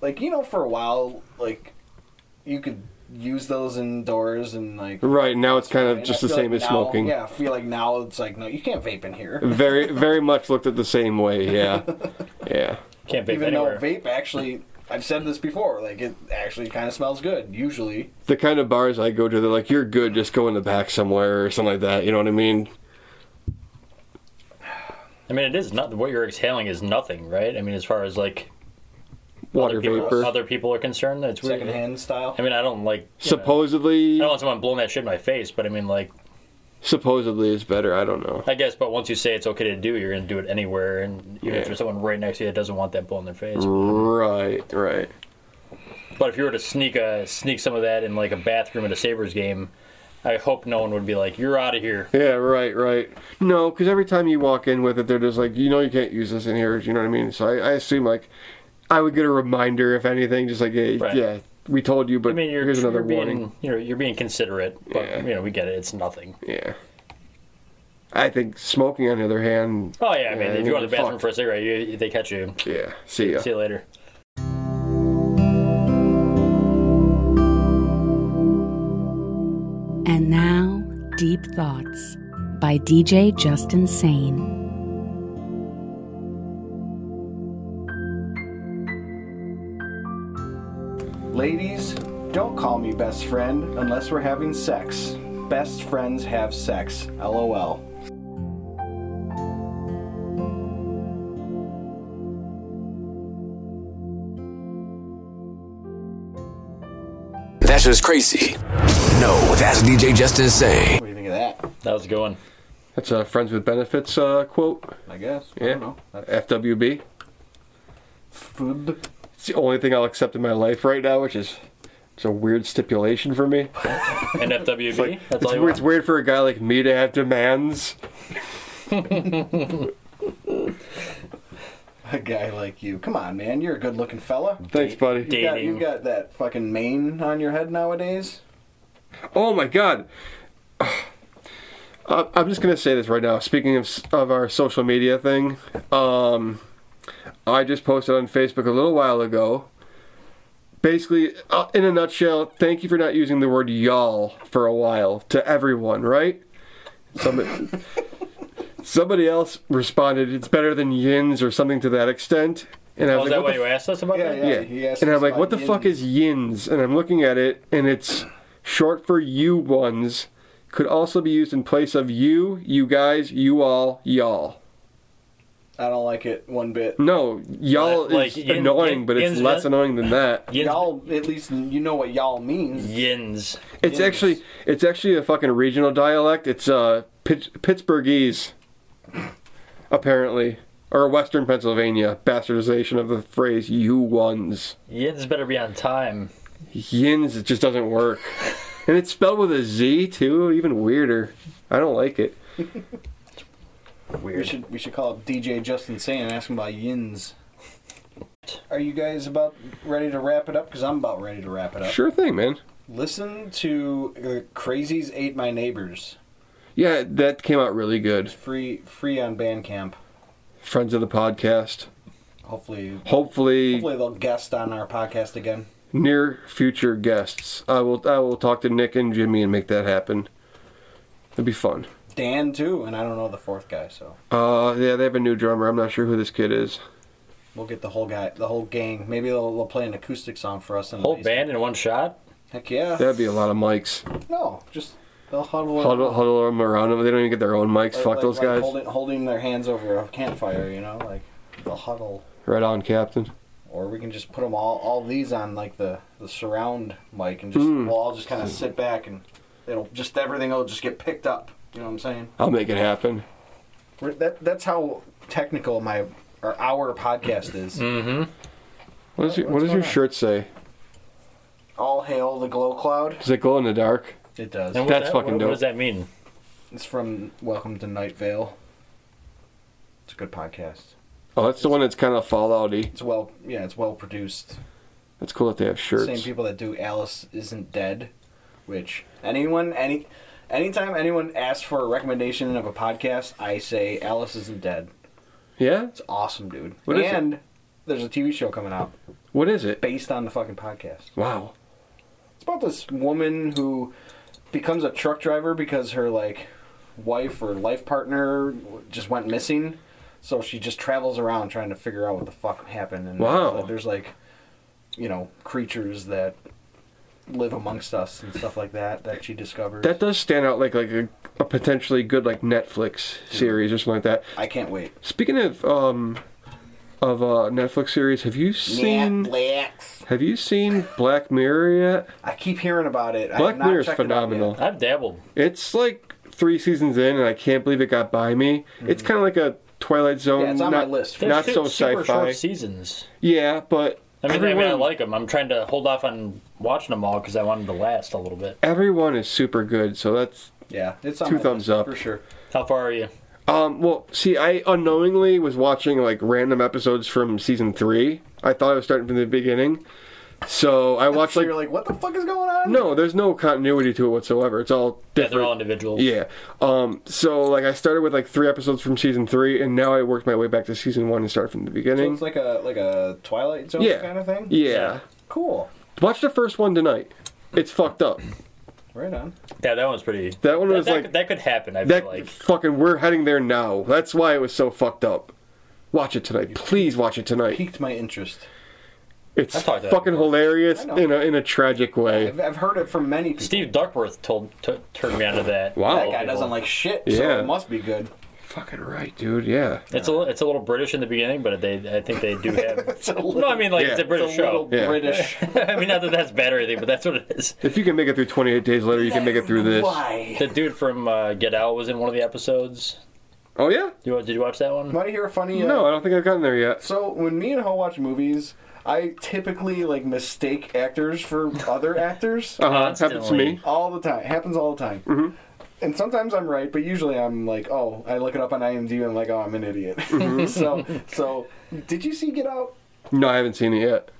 [SPEAKER 2] like you know for a while like you could use those indoors and like
[SPEAKER 3] right now, it's kind of
[SPEAKER 2] And
[SPEAKER 3] just
[SPEAKER 2] I
[SPEAKER 3] the
[SPEAKER 2] feel
[SPEAKER 3] same
[SPEAKER 2] like
[SPEAKER 3] as
[SPEAKER 2] now-
[SPEAKER 3] smoking.
[SPEAKER 2] Yeah, I feel like now it's like no, you can't vape in here.
[SPEAKER 3] very very much looked at the same way yeah yeah
[SPEAKER 4] Can't vape
[SPEAKER 2] Even
[SPEAKER 4] anywhere.
[SPEAKER 2] though vape actually, I've said this before, like it actually kind of smells good usually.
[SPEAKER 3] the kind of bars i go to they're like you're good just go in the back somewhere or something like that you know what i mean
[SPEAKER 4] I mean, it is not what you're exhaling is nothing, right? I mean, as far as like
[SPEAKER 3] water
[SPEAKER 4] other people,
[SPEAKER 3] vapor
[SPEAKER 4] other people are concerned, that's
[SPEAKER 3] Mm-hmm.
[SPEAKER 4] weird.
[SPEAKER 2] Secondhand style.
[SPEAKER 4] I mean, I don't like. you know,
[SPEAKER 3] supposedly
[SPEAKER 4] I don't want someone blowing that shit in my face, but I mean, like,
[SPEAKER 3] supposedly it's better i don't know
[SPEAKER 4] I guess. But once you say it's okay to do, you're gonna do it anywhere, and even
[SPEAKER 3] Yeah.
[SPEAKER 4] if there's someone right next to you that doesn't want that blown in their face.
[SPEAKER 3] right right
[SPEAKER 4] But if you were to sneak a sneak some of that in like a bathroom at a Sabres game, I hope no one would be like, "You're out of here."
[SPEAKER 3] Yeah, right, right. No, because every time you walk in with it, they're just like, you know, you can't use this in here. You know what I mean? So I, I assume like, I would get a reminder if anything, just like, hey,
[SPEAKER 4] Right.
[SPEAKER 3] yeah, we told you, but
[SPEAKER 4] I mean, you're,
[SPEAKER 3] here's another
[SPEAKER 4] you're being,
[SPEAKER 3] warning.
[SPEAKER 4] you know, you're being considerate, but
[SPEAKER 3] Yeah.
[SPEAKER 4] you know, we get it. It's nothing.
[SPEAKER 3] Yeah. I think smoking, on the other hand,
[SPEAKER 4] Oh yeah, I mean,
[SPEAKER 3] Yeah,
[SPEAKER 4] if you go
[SPEAKER 3] you're
[SPEAKER 4] to the bathroom
[SPEAKER 3] fucked.
[SPEAKER 4] for a cigarette, you, they catch you.
[SPEAKER 3] yeah. See ya.
[SPEAKER 4] See you later.
[SPEAKER 9] And now, Deep Thoughts by DJ Justin Sane.
[SPEAKER 2] Ladies, don't call me best friend unless we're having sex. Best friends have sex. LOL.
[SPEAKER 10] That's just crazy. No, that's DJ Justin saying.
[SPEAKER 2] What do you think of that?
[SPEAKER 4] That was a good one.
[SPEAKER 3] That's a friends with benefits uh, quote.
[SPEAKER 2] I guess. I
[SPEAKER 3] Yeah.
[SPEAKER 2] don't know. That's
[SPEAKER 3] FWB.
[SPEAKER 2] food.
[SPEAKER 3] It's the only thing I'll accept in my life right now, which is it's a weird stipulation for me.
[SPEAKER 4] And FWB. that's
[SPEAKER 3] It's,
[SPEAKER 4] all you
[SPEAKER 3] weird, it's
[SPEAKER 4] want.
[SPEAKER 3] weird for a guy like me to have demands.
[SPEAKER 2] A guy like you. Come on, man. You're a good looking fella.
[SPEAKER 3] Thanks, buddy.
[SPEAKER 4] Date.
[SPEAKER 2] You got,
[SPEAKER 4] Dating.
[SPEAKER 2] you've got that fucking mane on your head nowadays.
[SPEAKER 3] Oh my god. Uh, I'm just gonna say this right now. Speaking of s- of our social media thing, um, I just posted on Facebook a little while ago. Basically, uh, in a nutshell, thank you for not using the word y'all for a while to everyone, right? Somebody, somebody else responded, "It's better than yins" or something to that extent, and I
[SPEAKER 4] Oh,
[SPEAKER 3] was
[SPEAKER 4] is
[SPEAKER 3] like,
[SPEAKER 4] that
[SPEAKER 3] "What
[SPEAKER 4] why
[SPEAKER 3] the
[SPEAKER 4] you asked us about
[SPEAKER 2] Yeah,
[SPEAKER 4] that?
[SPEAKER 2] yeah.
[SPEAKER 3] yeah.
[SPEAKER 2] he asked
[SPEAKER 3] and
[SPEAKER 2] us
[SPEAKER 3] I'm like,
[SPEAKER 2] about
[SPEAKER 3] what the fuck
[SPEAKER 2] yins."
[SPEAKER 3] is yins? And I'm looking at it, and it's short for you ones. Could also be used in place of you, you guys, you all, y'all.
[SPEAKER 2] I don't like it one bit.
[SPEAKER 3] No, y'all
[SPEAKER 4] Like- like
[SPEAKER 3] is
[SPEAKER 4] yin-
[SPEAKER 3] annoying,
[SPEAKER 4] yin-
[SPEAKER 3] but it's
[SPEAKER 4] yin's
[SPEAKER 3] less
[SPEAKER 4] been-
[SPEAKER 3] annoying than that.
[SPEAKER 4] Yins.
[SPEAKER 2] Y'all, at least you know what y'all means.
[SPEAKER 4] Yins.
[SPEAKER 3] It's
[SPEAKER 2] Yins.
[SPEAKER 3] actually it's actually a fucking regional dialect. It's uh Pit- Pittsburghese, apparently, or Western Pennsylvania bastardization of the phrase "you ones."
[SPEAKER 4] Yins better be on time.
[SPEAKER 3] Yins, it just doesn't work. and it's spelled with a Z too, even weirder. I don't like it.
[SPEAKER 2] We should we should call up DJ Justin Sane and ask him about yins. Are you guys about ready to wrap it up? Because I'm about ready to wrap it up.
[SPEAKER 3] Sure thing, man.
[SPEAKER 2] Listen to uh, Crazies Ate My Neighbors.
[SPEAKER 3] Yeah, that came out really good.
[SPEAKER 2] It's free free on Bandcamp.
[SPEAKER 3] Friends of the podcast.
[SPEAKER 2] Hopefully,
[SPEAKER 3] Hopefully,
[SPEAKER 2] hopefully they'll guest on our podcast again.
[SPEAKER 3] near future guests. I will I will talk to Nick and Jimmy and make that happen. It'd be fun.
[SPEAKER 2] Dan too, and I don't know the fourth guy, so
[SPEAKER 3] Uh yeah, they have a new drummer. I'm not sure who this kid is.
[SPEAKER 2] we'll get the whole guy, the whole gang. Maybe they'll, they'll play an acoustic song for us. In the
[SPEAKER 4] Whole
[SPEAKER 2] basement.
[SPEAKER 4] band in one shot.
[SPEAKER 2] Heck yeah.
[SPEAKER 3] That'd be a lot of mics.
[SPEAKER 2] No, just they'll huddle.
[SPEAKER 3] Huddle,
[SPEAKER 2] up,
[SPEAKER 3] huddle them around them. They don't even get their own mics.
[SPEAKER 2] uh, like-
[SPEAKER 3] Fuck
[SPEAKER 2] like-
[SPEAKER 3] those
[SPEAKER 2] like
[SPEAKER 3] guys.
[SPEAKER 2] Holding, holding their hands over a campfire, you know, like they'll huddle.
[SPEAKER 3] Right on, Captain.
[SPEAKER 2] Or we can just put them all, all these on like the, the surround mic, and just we'll all just kind of sit back, and it'll just everything will just get picked up. You know what I'm saying?
[SPEAKER 3] I'll make it happen.
[SPEAKER 2] We're, that that's how technical my or our podcast is.
[SPEAKER 3] What, is your, what does your shirt say?
[SPEAKER 2] All hail the glow cloud.
[SPEAKER 3] Does it glow in the dark?
[SPEAKER 2] It does.
[SPEAKER 4] And
[SPEAKER 3] That's
[SPEAKER 4] that,
[SPEAKER 3] fucking
[SPEAKER 4] what,
[SPEAKER 3] dope.
[SPEAKER 4] What does that mean?
[SPEAKER 2] It's from Welcome to Night Vale. It's a good podcast.
[SPEAKER 3] Oh, that's the one that's kind of Fallout-y.
[SPEAKER 2] It's well, yeah, it's well produced.
[SPEAKER 3] That's cool that they have shirts.
[SPEAKER 2] Same people that do Alice Isn't Dead, which anyone any anytime anyone asks for a recommendation of a podcast, I say Alice Isn't Dead.
[SPEAKER 3] Yeah?
[SPEAKER 2] It's awesome, dude.
[SPEAKER 3] What is it?
[SPEAKER 2] and there's a TV show coming out
[SPEAKER 3] What is it?
[SPEAKER 2] based on the fucking podcast.
[SPEAKER 3] Wow.
[SPEAKER 2] It's about this woman who becomes a truck driver because her like wife or life partner just went missing. So she just travels around trying to figure out what the fuck happened. And
[SPEAKER 3] Wow.
[SPEAKER 2] there's, like, there's like, you know, creatures that live amongst us and stuff like that that she discovers.
[SPEAKER 3] That does stand out like like a, a potentially good like Netflix series or something like that.
[SPEAKER 2] I can't wait.
[SPEAKER 3] Speaking of um of uh Netflix series, have you seen
[SPEAKER 2] Netflix.
[SPEAKER 3] have you seen Black Mirror yet?
[SPEAKER 2] I keep hearing about it. I have
[SPEAKER 3] Black
[SPEAKER 2] not
[SPEAKER 3] Mirror is
[SPEAKER 2] checked it out yet.
[SPEAKER 3] phenomenal.
[SPEAKER 4] I've dabbled.
[SPEAKER 3] It's like three seasons in, and I can't believe it got by me. It's kind of like a Twilight Zone.
[SPEAKER 2] Mm-hmm. Yeah, it's on my
[SPEAKER 3] not,
[SPEAKER 2] list.
[SPEAKER 4] They're
[SPEAKER 3] Not
[SPEAKER 4] su-
[SPEAKER 3] so
[SPEAKER 4] super
[SPEAKER 3] sci-fi.
[SPEAKER 4] short seasons.
[SPEAKER 3] Yeah, but
[SPEAKER 4] I mean, I, mean, I
[SPEAKER 3] everyone-
[SPEAKER 4] like them. I'm trying to hold off on watching them all because I wanted to last a little bit.
[SPEAKER 3] Everyone is super good, so that's
[SPEAKER 2] yeah, it's
[SPEAKER 3] two thumbs up
[SPEAKER 2] for sure.
[SPEAKER 4] How far are you?
[SPEAKER 3] Um, well, see, I unknowingly was watching like random episodes from season three. I thought I was starting from the beginning, so I watched
[SPEAKER 2] So
[SPEAKER 3] like
[SPEAKER 2] you're like, what the fuck is going on?
[SPEAKER 3] no, there's no continuity to it whatsoever. It's all
[SPEAKER 4] Yeah, they're
[SPEAKER 3] different.
[SPEAKER 4] all individuals.
[SPEAKER 3] Yeah. Um. So like, I started with like three episodes from season three, and now I worked my way back to season one and started from the
[SPEAKER 2] So
[SPEAKER 3] beginning.
[SPEAKER 2] it's like a like a Twilight Zone
[SPEAKER 3] yeah.
[SPEAKER 2] kind of thing.
[SPEAKER 3] Yeah.
[SPEAKER 2] Cool.
[SPEAKER 3] Watch the first one tonight. It's fucked up.
[SPEAKER 2] Right on.
[SPEAKER 4] Yeah, that one's pretty.
[SPEAKER 3] That one
[SPEAKER 4] that,
[SPEAKER 3] was
[SPEAKER 4] that
[SPEAKER 3] like-
[SPEAKER 4] could- that could happen. I
[SPEAKER 3] That
[SPEAKER 4] feel like
[SPEAKER 3] fucking. We're heading there now. That's why it was so fucked up. Watch it tonight, please. Watch it tonight.
[SPEAKER 2] Piqued my interest.
[SPEAKER 3] It's
[SPEAKER 4] I thought that-
[SPEAKER 3] fucking hilarious
[SPEAKER 2] I know.
[SPEAKER 3] in a in a tragic way.
[SPEAKER 2] I've, I've heard it from many people.
[SPEAKER 4] Steve Duckworth told t- turned me onto that.
[SPEAKER 3] Wow.
[SPEAKER 2] that guy doesn't like shit,
[SPEAKER 3] Yeah.
[SPEAKER 2] so it must be good.
[SPEAKER 3] Fucking right, dude. Yeah.
[SPEAKER 4] It's a li- it's a little British in the beginning, but they I think they do have.
[SPEAKER 2] It's a little,
[SPEAKER 4] no, I mean like
[SPEAKER 3] Yeah.
[SPEAKER 4] it's a British
[SPEAKER 2] it's a
[SPEAKER 4] show.
[SPEAKER 2] little
[SPEAKER 3] Yeah.
[SPEAKER 2] British.
[SPEAKER 4] I mean not that that's bad or anything, but that's what it is.
[SPEAKER 3] If you can make it through 28 days later, you can make it through this.
[SPEAKER 2] Why?
[SPEAKER 4] The dude from uh, Get Out was in one of the episodes.
[SPEAKER 3] Oh yeah?
[SPEAKER 4] You, did you watch that one?
[SPEAKER 2] Want to hear a funny? uh,
[SPEAKER 3] No, I don't think I've gotten there yet.
[SPEAKER 2] So when me and Ho watch movies, I typically like mistake actors for other actors
[SPEAKER 3] Uh huh. Happens to me.
[SPEAKER 2] all the time. Happens all the time. Mm-hmm. And sometimes I'm right, but usually I'm like, oh, I look it up on IMDb and I'm like, oh, I'm an idiot.
[SPEAKER 3] Mm-hmm.
[SPEAKER 2] so, so did you see Get Out?
[SPEAKER 3] No, I haven't seen it yet.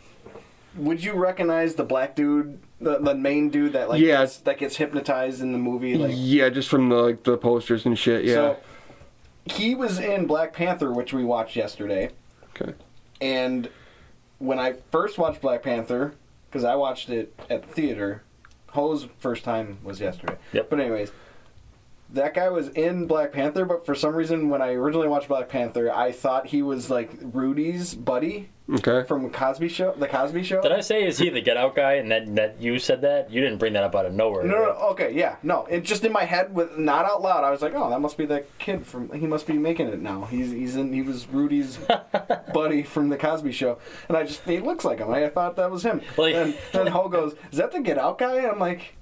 [SPEAKER 2] Would you recognize the black dude, the, the main dude that like
[SPEAKER 3] Yeah.
[SPEAKER 2] gets, that gets hypnotized in the movie? Like,
[SPEAKER 3] yeah, just from the like the posters and shit. Yeah.
[SPEAKER 2] so he was in Black Panther, which we watched yesterday.
[SPEAKER 3] okay.
[SPEAKER 2] And when I first watched Black Panther, because I watched it at the theater, Ho's first time was yesterday.
[SPEAKER 4] Yep.
[SPEAKER 2] But anyways, that guy was in Black Panther, but for some reason, when I originally watched Black Panther, I thought he was like Rudy's buddy
[SPEAKER 3] Okay.
[SPEAKER 2] from Cosby Show, the Cosby Show.
[SPEAKER 4] Did I say is he the Get Out guy? And that that you said that you didn't bring that up out of nowhere.
[SPEAKER 2] No, no, no,
[SPEAKER 4] right?
[SPEAKER 2] okay, yeah, no. It just in my head, with not out loud, I was like, "Oh, that must be that kid from. He must be making it now. He's he's in. He was Rudy's buddy from the Cosby Show, and I just he looks like him. I thought that was him.
[SPEAKER 4] Like-
[SPEAKER 2] and then Ho goes, "Is that the Get Out guy?" And I'm like,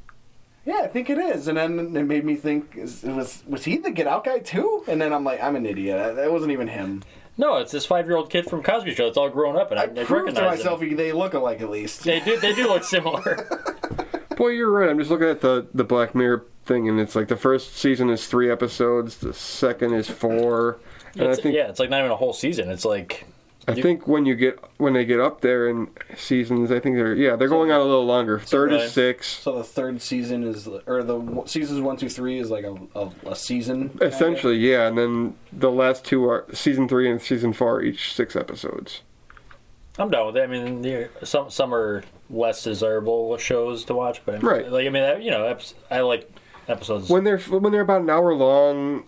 [SPEAKER 2] "Yeah, I think it is." And then it made me think, is, "Was was he the Get Out guy too?" And then I'm like, "I'm an idiot. That- That wasn't even him."
[SPEAKER 4] No, it's this five year old kid from Cosby Show. It's all grown up, and I,
[SPEAKER 2] I,
[SPEAKER 4] I
[SPEAKER 2] proved
[SPEAKER 4] recognize
[SPEAKER 2] to
[SPEAKER 4] him.
[SPEAKER 2] myself he- they look alike at least.
[SPEAKER 4] They do they do look similar.
[SPEAKER 3] Boy, you're right. I'm just looking at the the Black Mirror thing, and it's like the first season is three episodes, the second is four, and I
[SPEAKER 4] It's-
[SPEAKER 3] think
[SPEAKER 4] yeah, it's like not even a whole season. It's like
[SPEAKER 3] I think when you get when they get up there in seasons, I think they're yeah they're going on a little longer. Third
[SPEAKER 4] right.
[SPEAKER 3] is six.
[SPEAKER 2] So the third season is, or the w- seasons one, two, three is like a, a, a season. kinda?
[SPEAKER 3] Essentially, yeah, and then the last two are season three and season four are each six episodes.
[SPEAKER 4] I'm done with it. I mean, there- some some are less desirable shows to watch, but I mean,
[SPEAKER 3] Right.
[SPEAKER 4] like I mean, I, you know, eps- I like episodes.
[SPEAKER 3] When they're when they're about an hour long,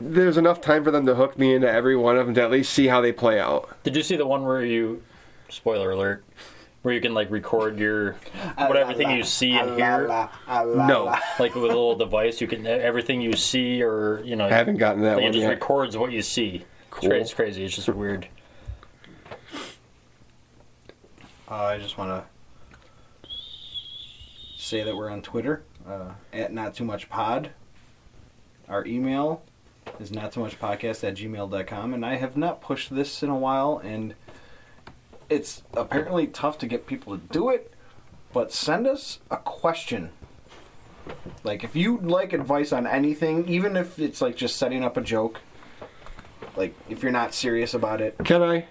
[SPEAKER 3] there's enough time for them to hook me into every one of them to at least see how they play out.
[SPEAKER 4] Did you see the one where you, spoiler alert, where you can like record your what everything you see and hear,
[SPEAKER 3] No,
[SPEAKER 4] like with a little device? You can everything you see or you know.
[SPEAKER 3] I haven't gotten that
[SPEAKER 4] like, it
[SPEAKER 3] one
[SPEAKER 4] just
[SPEAKER 3] yet.
[SPEAKER 4] records what you see. It's,
[SPEAKER 3] Cool.
[SPEAKER 4] cra- it's crazy. It's just weird.
[SPEAKER 2] Uh, I just want to say that we're on Twitter uh, at Not Too Much Pod. Our email is Not Too Much Podcast at gmail.com, and I have not pushed this in a while, and it's apparently tough to get people to do it. But send us a question. Like if you like advice on anything, even if it's like just setting up a joke, like if you're not serious about it,
[SPEAKER 3] Can I?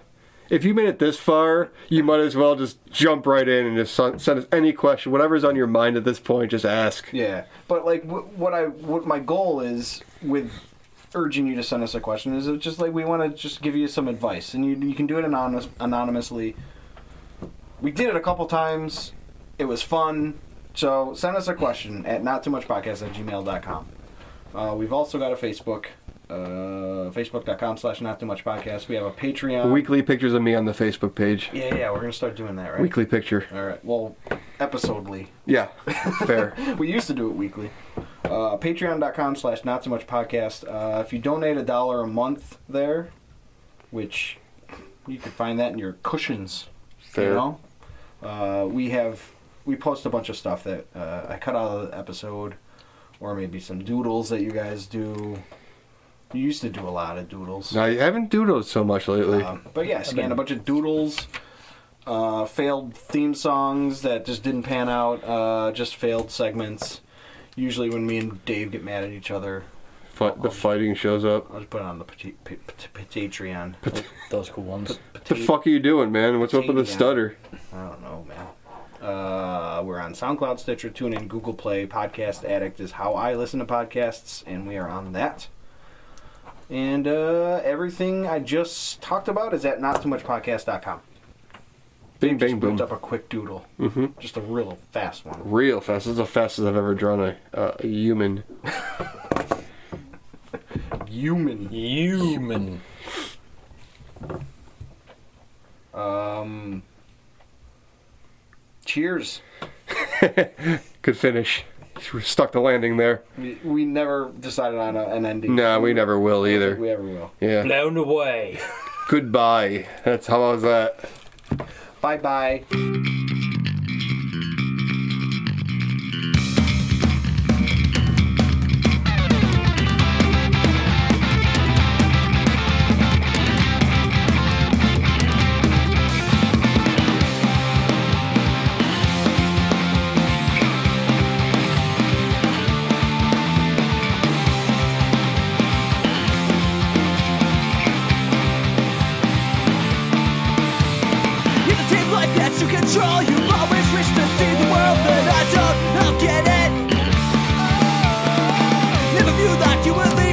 [SPEAKER 3] If you made it this far, you might as well just jump right in and just son- send us any question, whatever's on your mind at this point. Just ask.
[SPEAKER 2] Yeah, but like wh- what I what my goal is with urging you to send us a question is it's just like we want to just give you some advice, and you you can do it anonymous anonymously. We did it a couple times. It was fun. So send us a question at not too much podcast at gmail.com. Uh, we've also got a Facebook, uh, facebook.com slash not too much podcast. We have a Patreon.
[SPEAKER 3] Weekly pictures of me on the Facebook page.
[SPEAKER 2] yeah, yeah, we're going to start doing that, right?
[SPEAKER 3] Weekly picture.
[SPEAKER 2] All right. Well, episodely.
[SPEAKER 3] Yeah, fair.
[SPEAKER 2] we used to do it weekly. Uh, Patreon.com slash not so much podcast. Uh, if you donate a dollar a month there, which you can find that in your cushions.
[SPEAKER 3] Fair.
[SPEAKER 2] You know? uh, we have we post a bunch of stuff that uh, I cut out of the episode, or maybe some doodles that you guys do. You used to do a lot of doodles.
[SPEAKER 3] I haven't doodled so much lately.
[SPEAKER 2] Um, but yeah, scan a bunch of doodles. uh, failed theme songs that just didn't pan out, uh, just failed segments. Usually, when me and Dave get mad at each other,
[SPEAKER 3] Fight, the fighting shows up.
[SPEAKER 2] I'll just put it on the pati- pa- pat- Patreon.
[SPEAKER 4] Those cool ones.
[SPEAKER 3] What the fuck are you doing, man? What's up with the
[SPEAKER 2] Patreon.
[SPEAKER 3] stutter?
[SPEAKER 2] I don't know, man. Uh, we're on SoundCloud, Stitcher, TuneIn, Google Play. Podcast Addict is how I listen to podcasts, and we are on that. And uh, everything I just talked about is at nottoomuchpodcast.com.
[SPEAKER 3] Bing,
[SPEAKER 2] Just
[SPEAKER 3] bang,
[SPEAKER 2] whipped
[SPEAKER 3] boom.
[SPEAKER 2] up a quick doodle,
[SPEAKER 3] Mm-hmm.
[SPEAKER 2] just a real fast one.
[SPEAKER 3] Real fast. This is the fastest I've ever drawn a, uh, a human.
[SPEAKER 2] Human.
[SPEAKER 4] Human.
[SPEAKER 2] Um. Cheers.
[SPEAKER 3] Good finish. Stuck the landing there.
[SPEAKER 2] We, we never decided on a, an ending.
[SPEAKER 3] No, we never will either.
[SPEAKER 2] We ever will.
[SPEAKER 3] Yeah.
[SPEAKER 4] Blown away.
[SPEAKER 3] Goodbye. That's how was that?
[SPEAKER 2] Bye bye.
[SPEAKER 8] In a team like that you control, you always wish to see the world, but I don't, I'll get it. Never viewed like you would leave.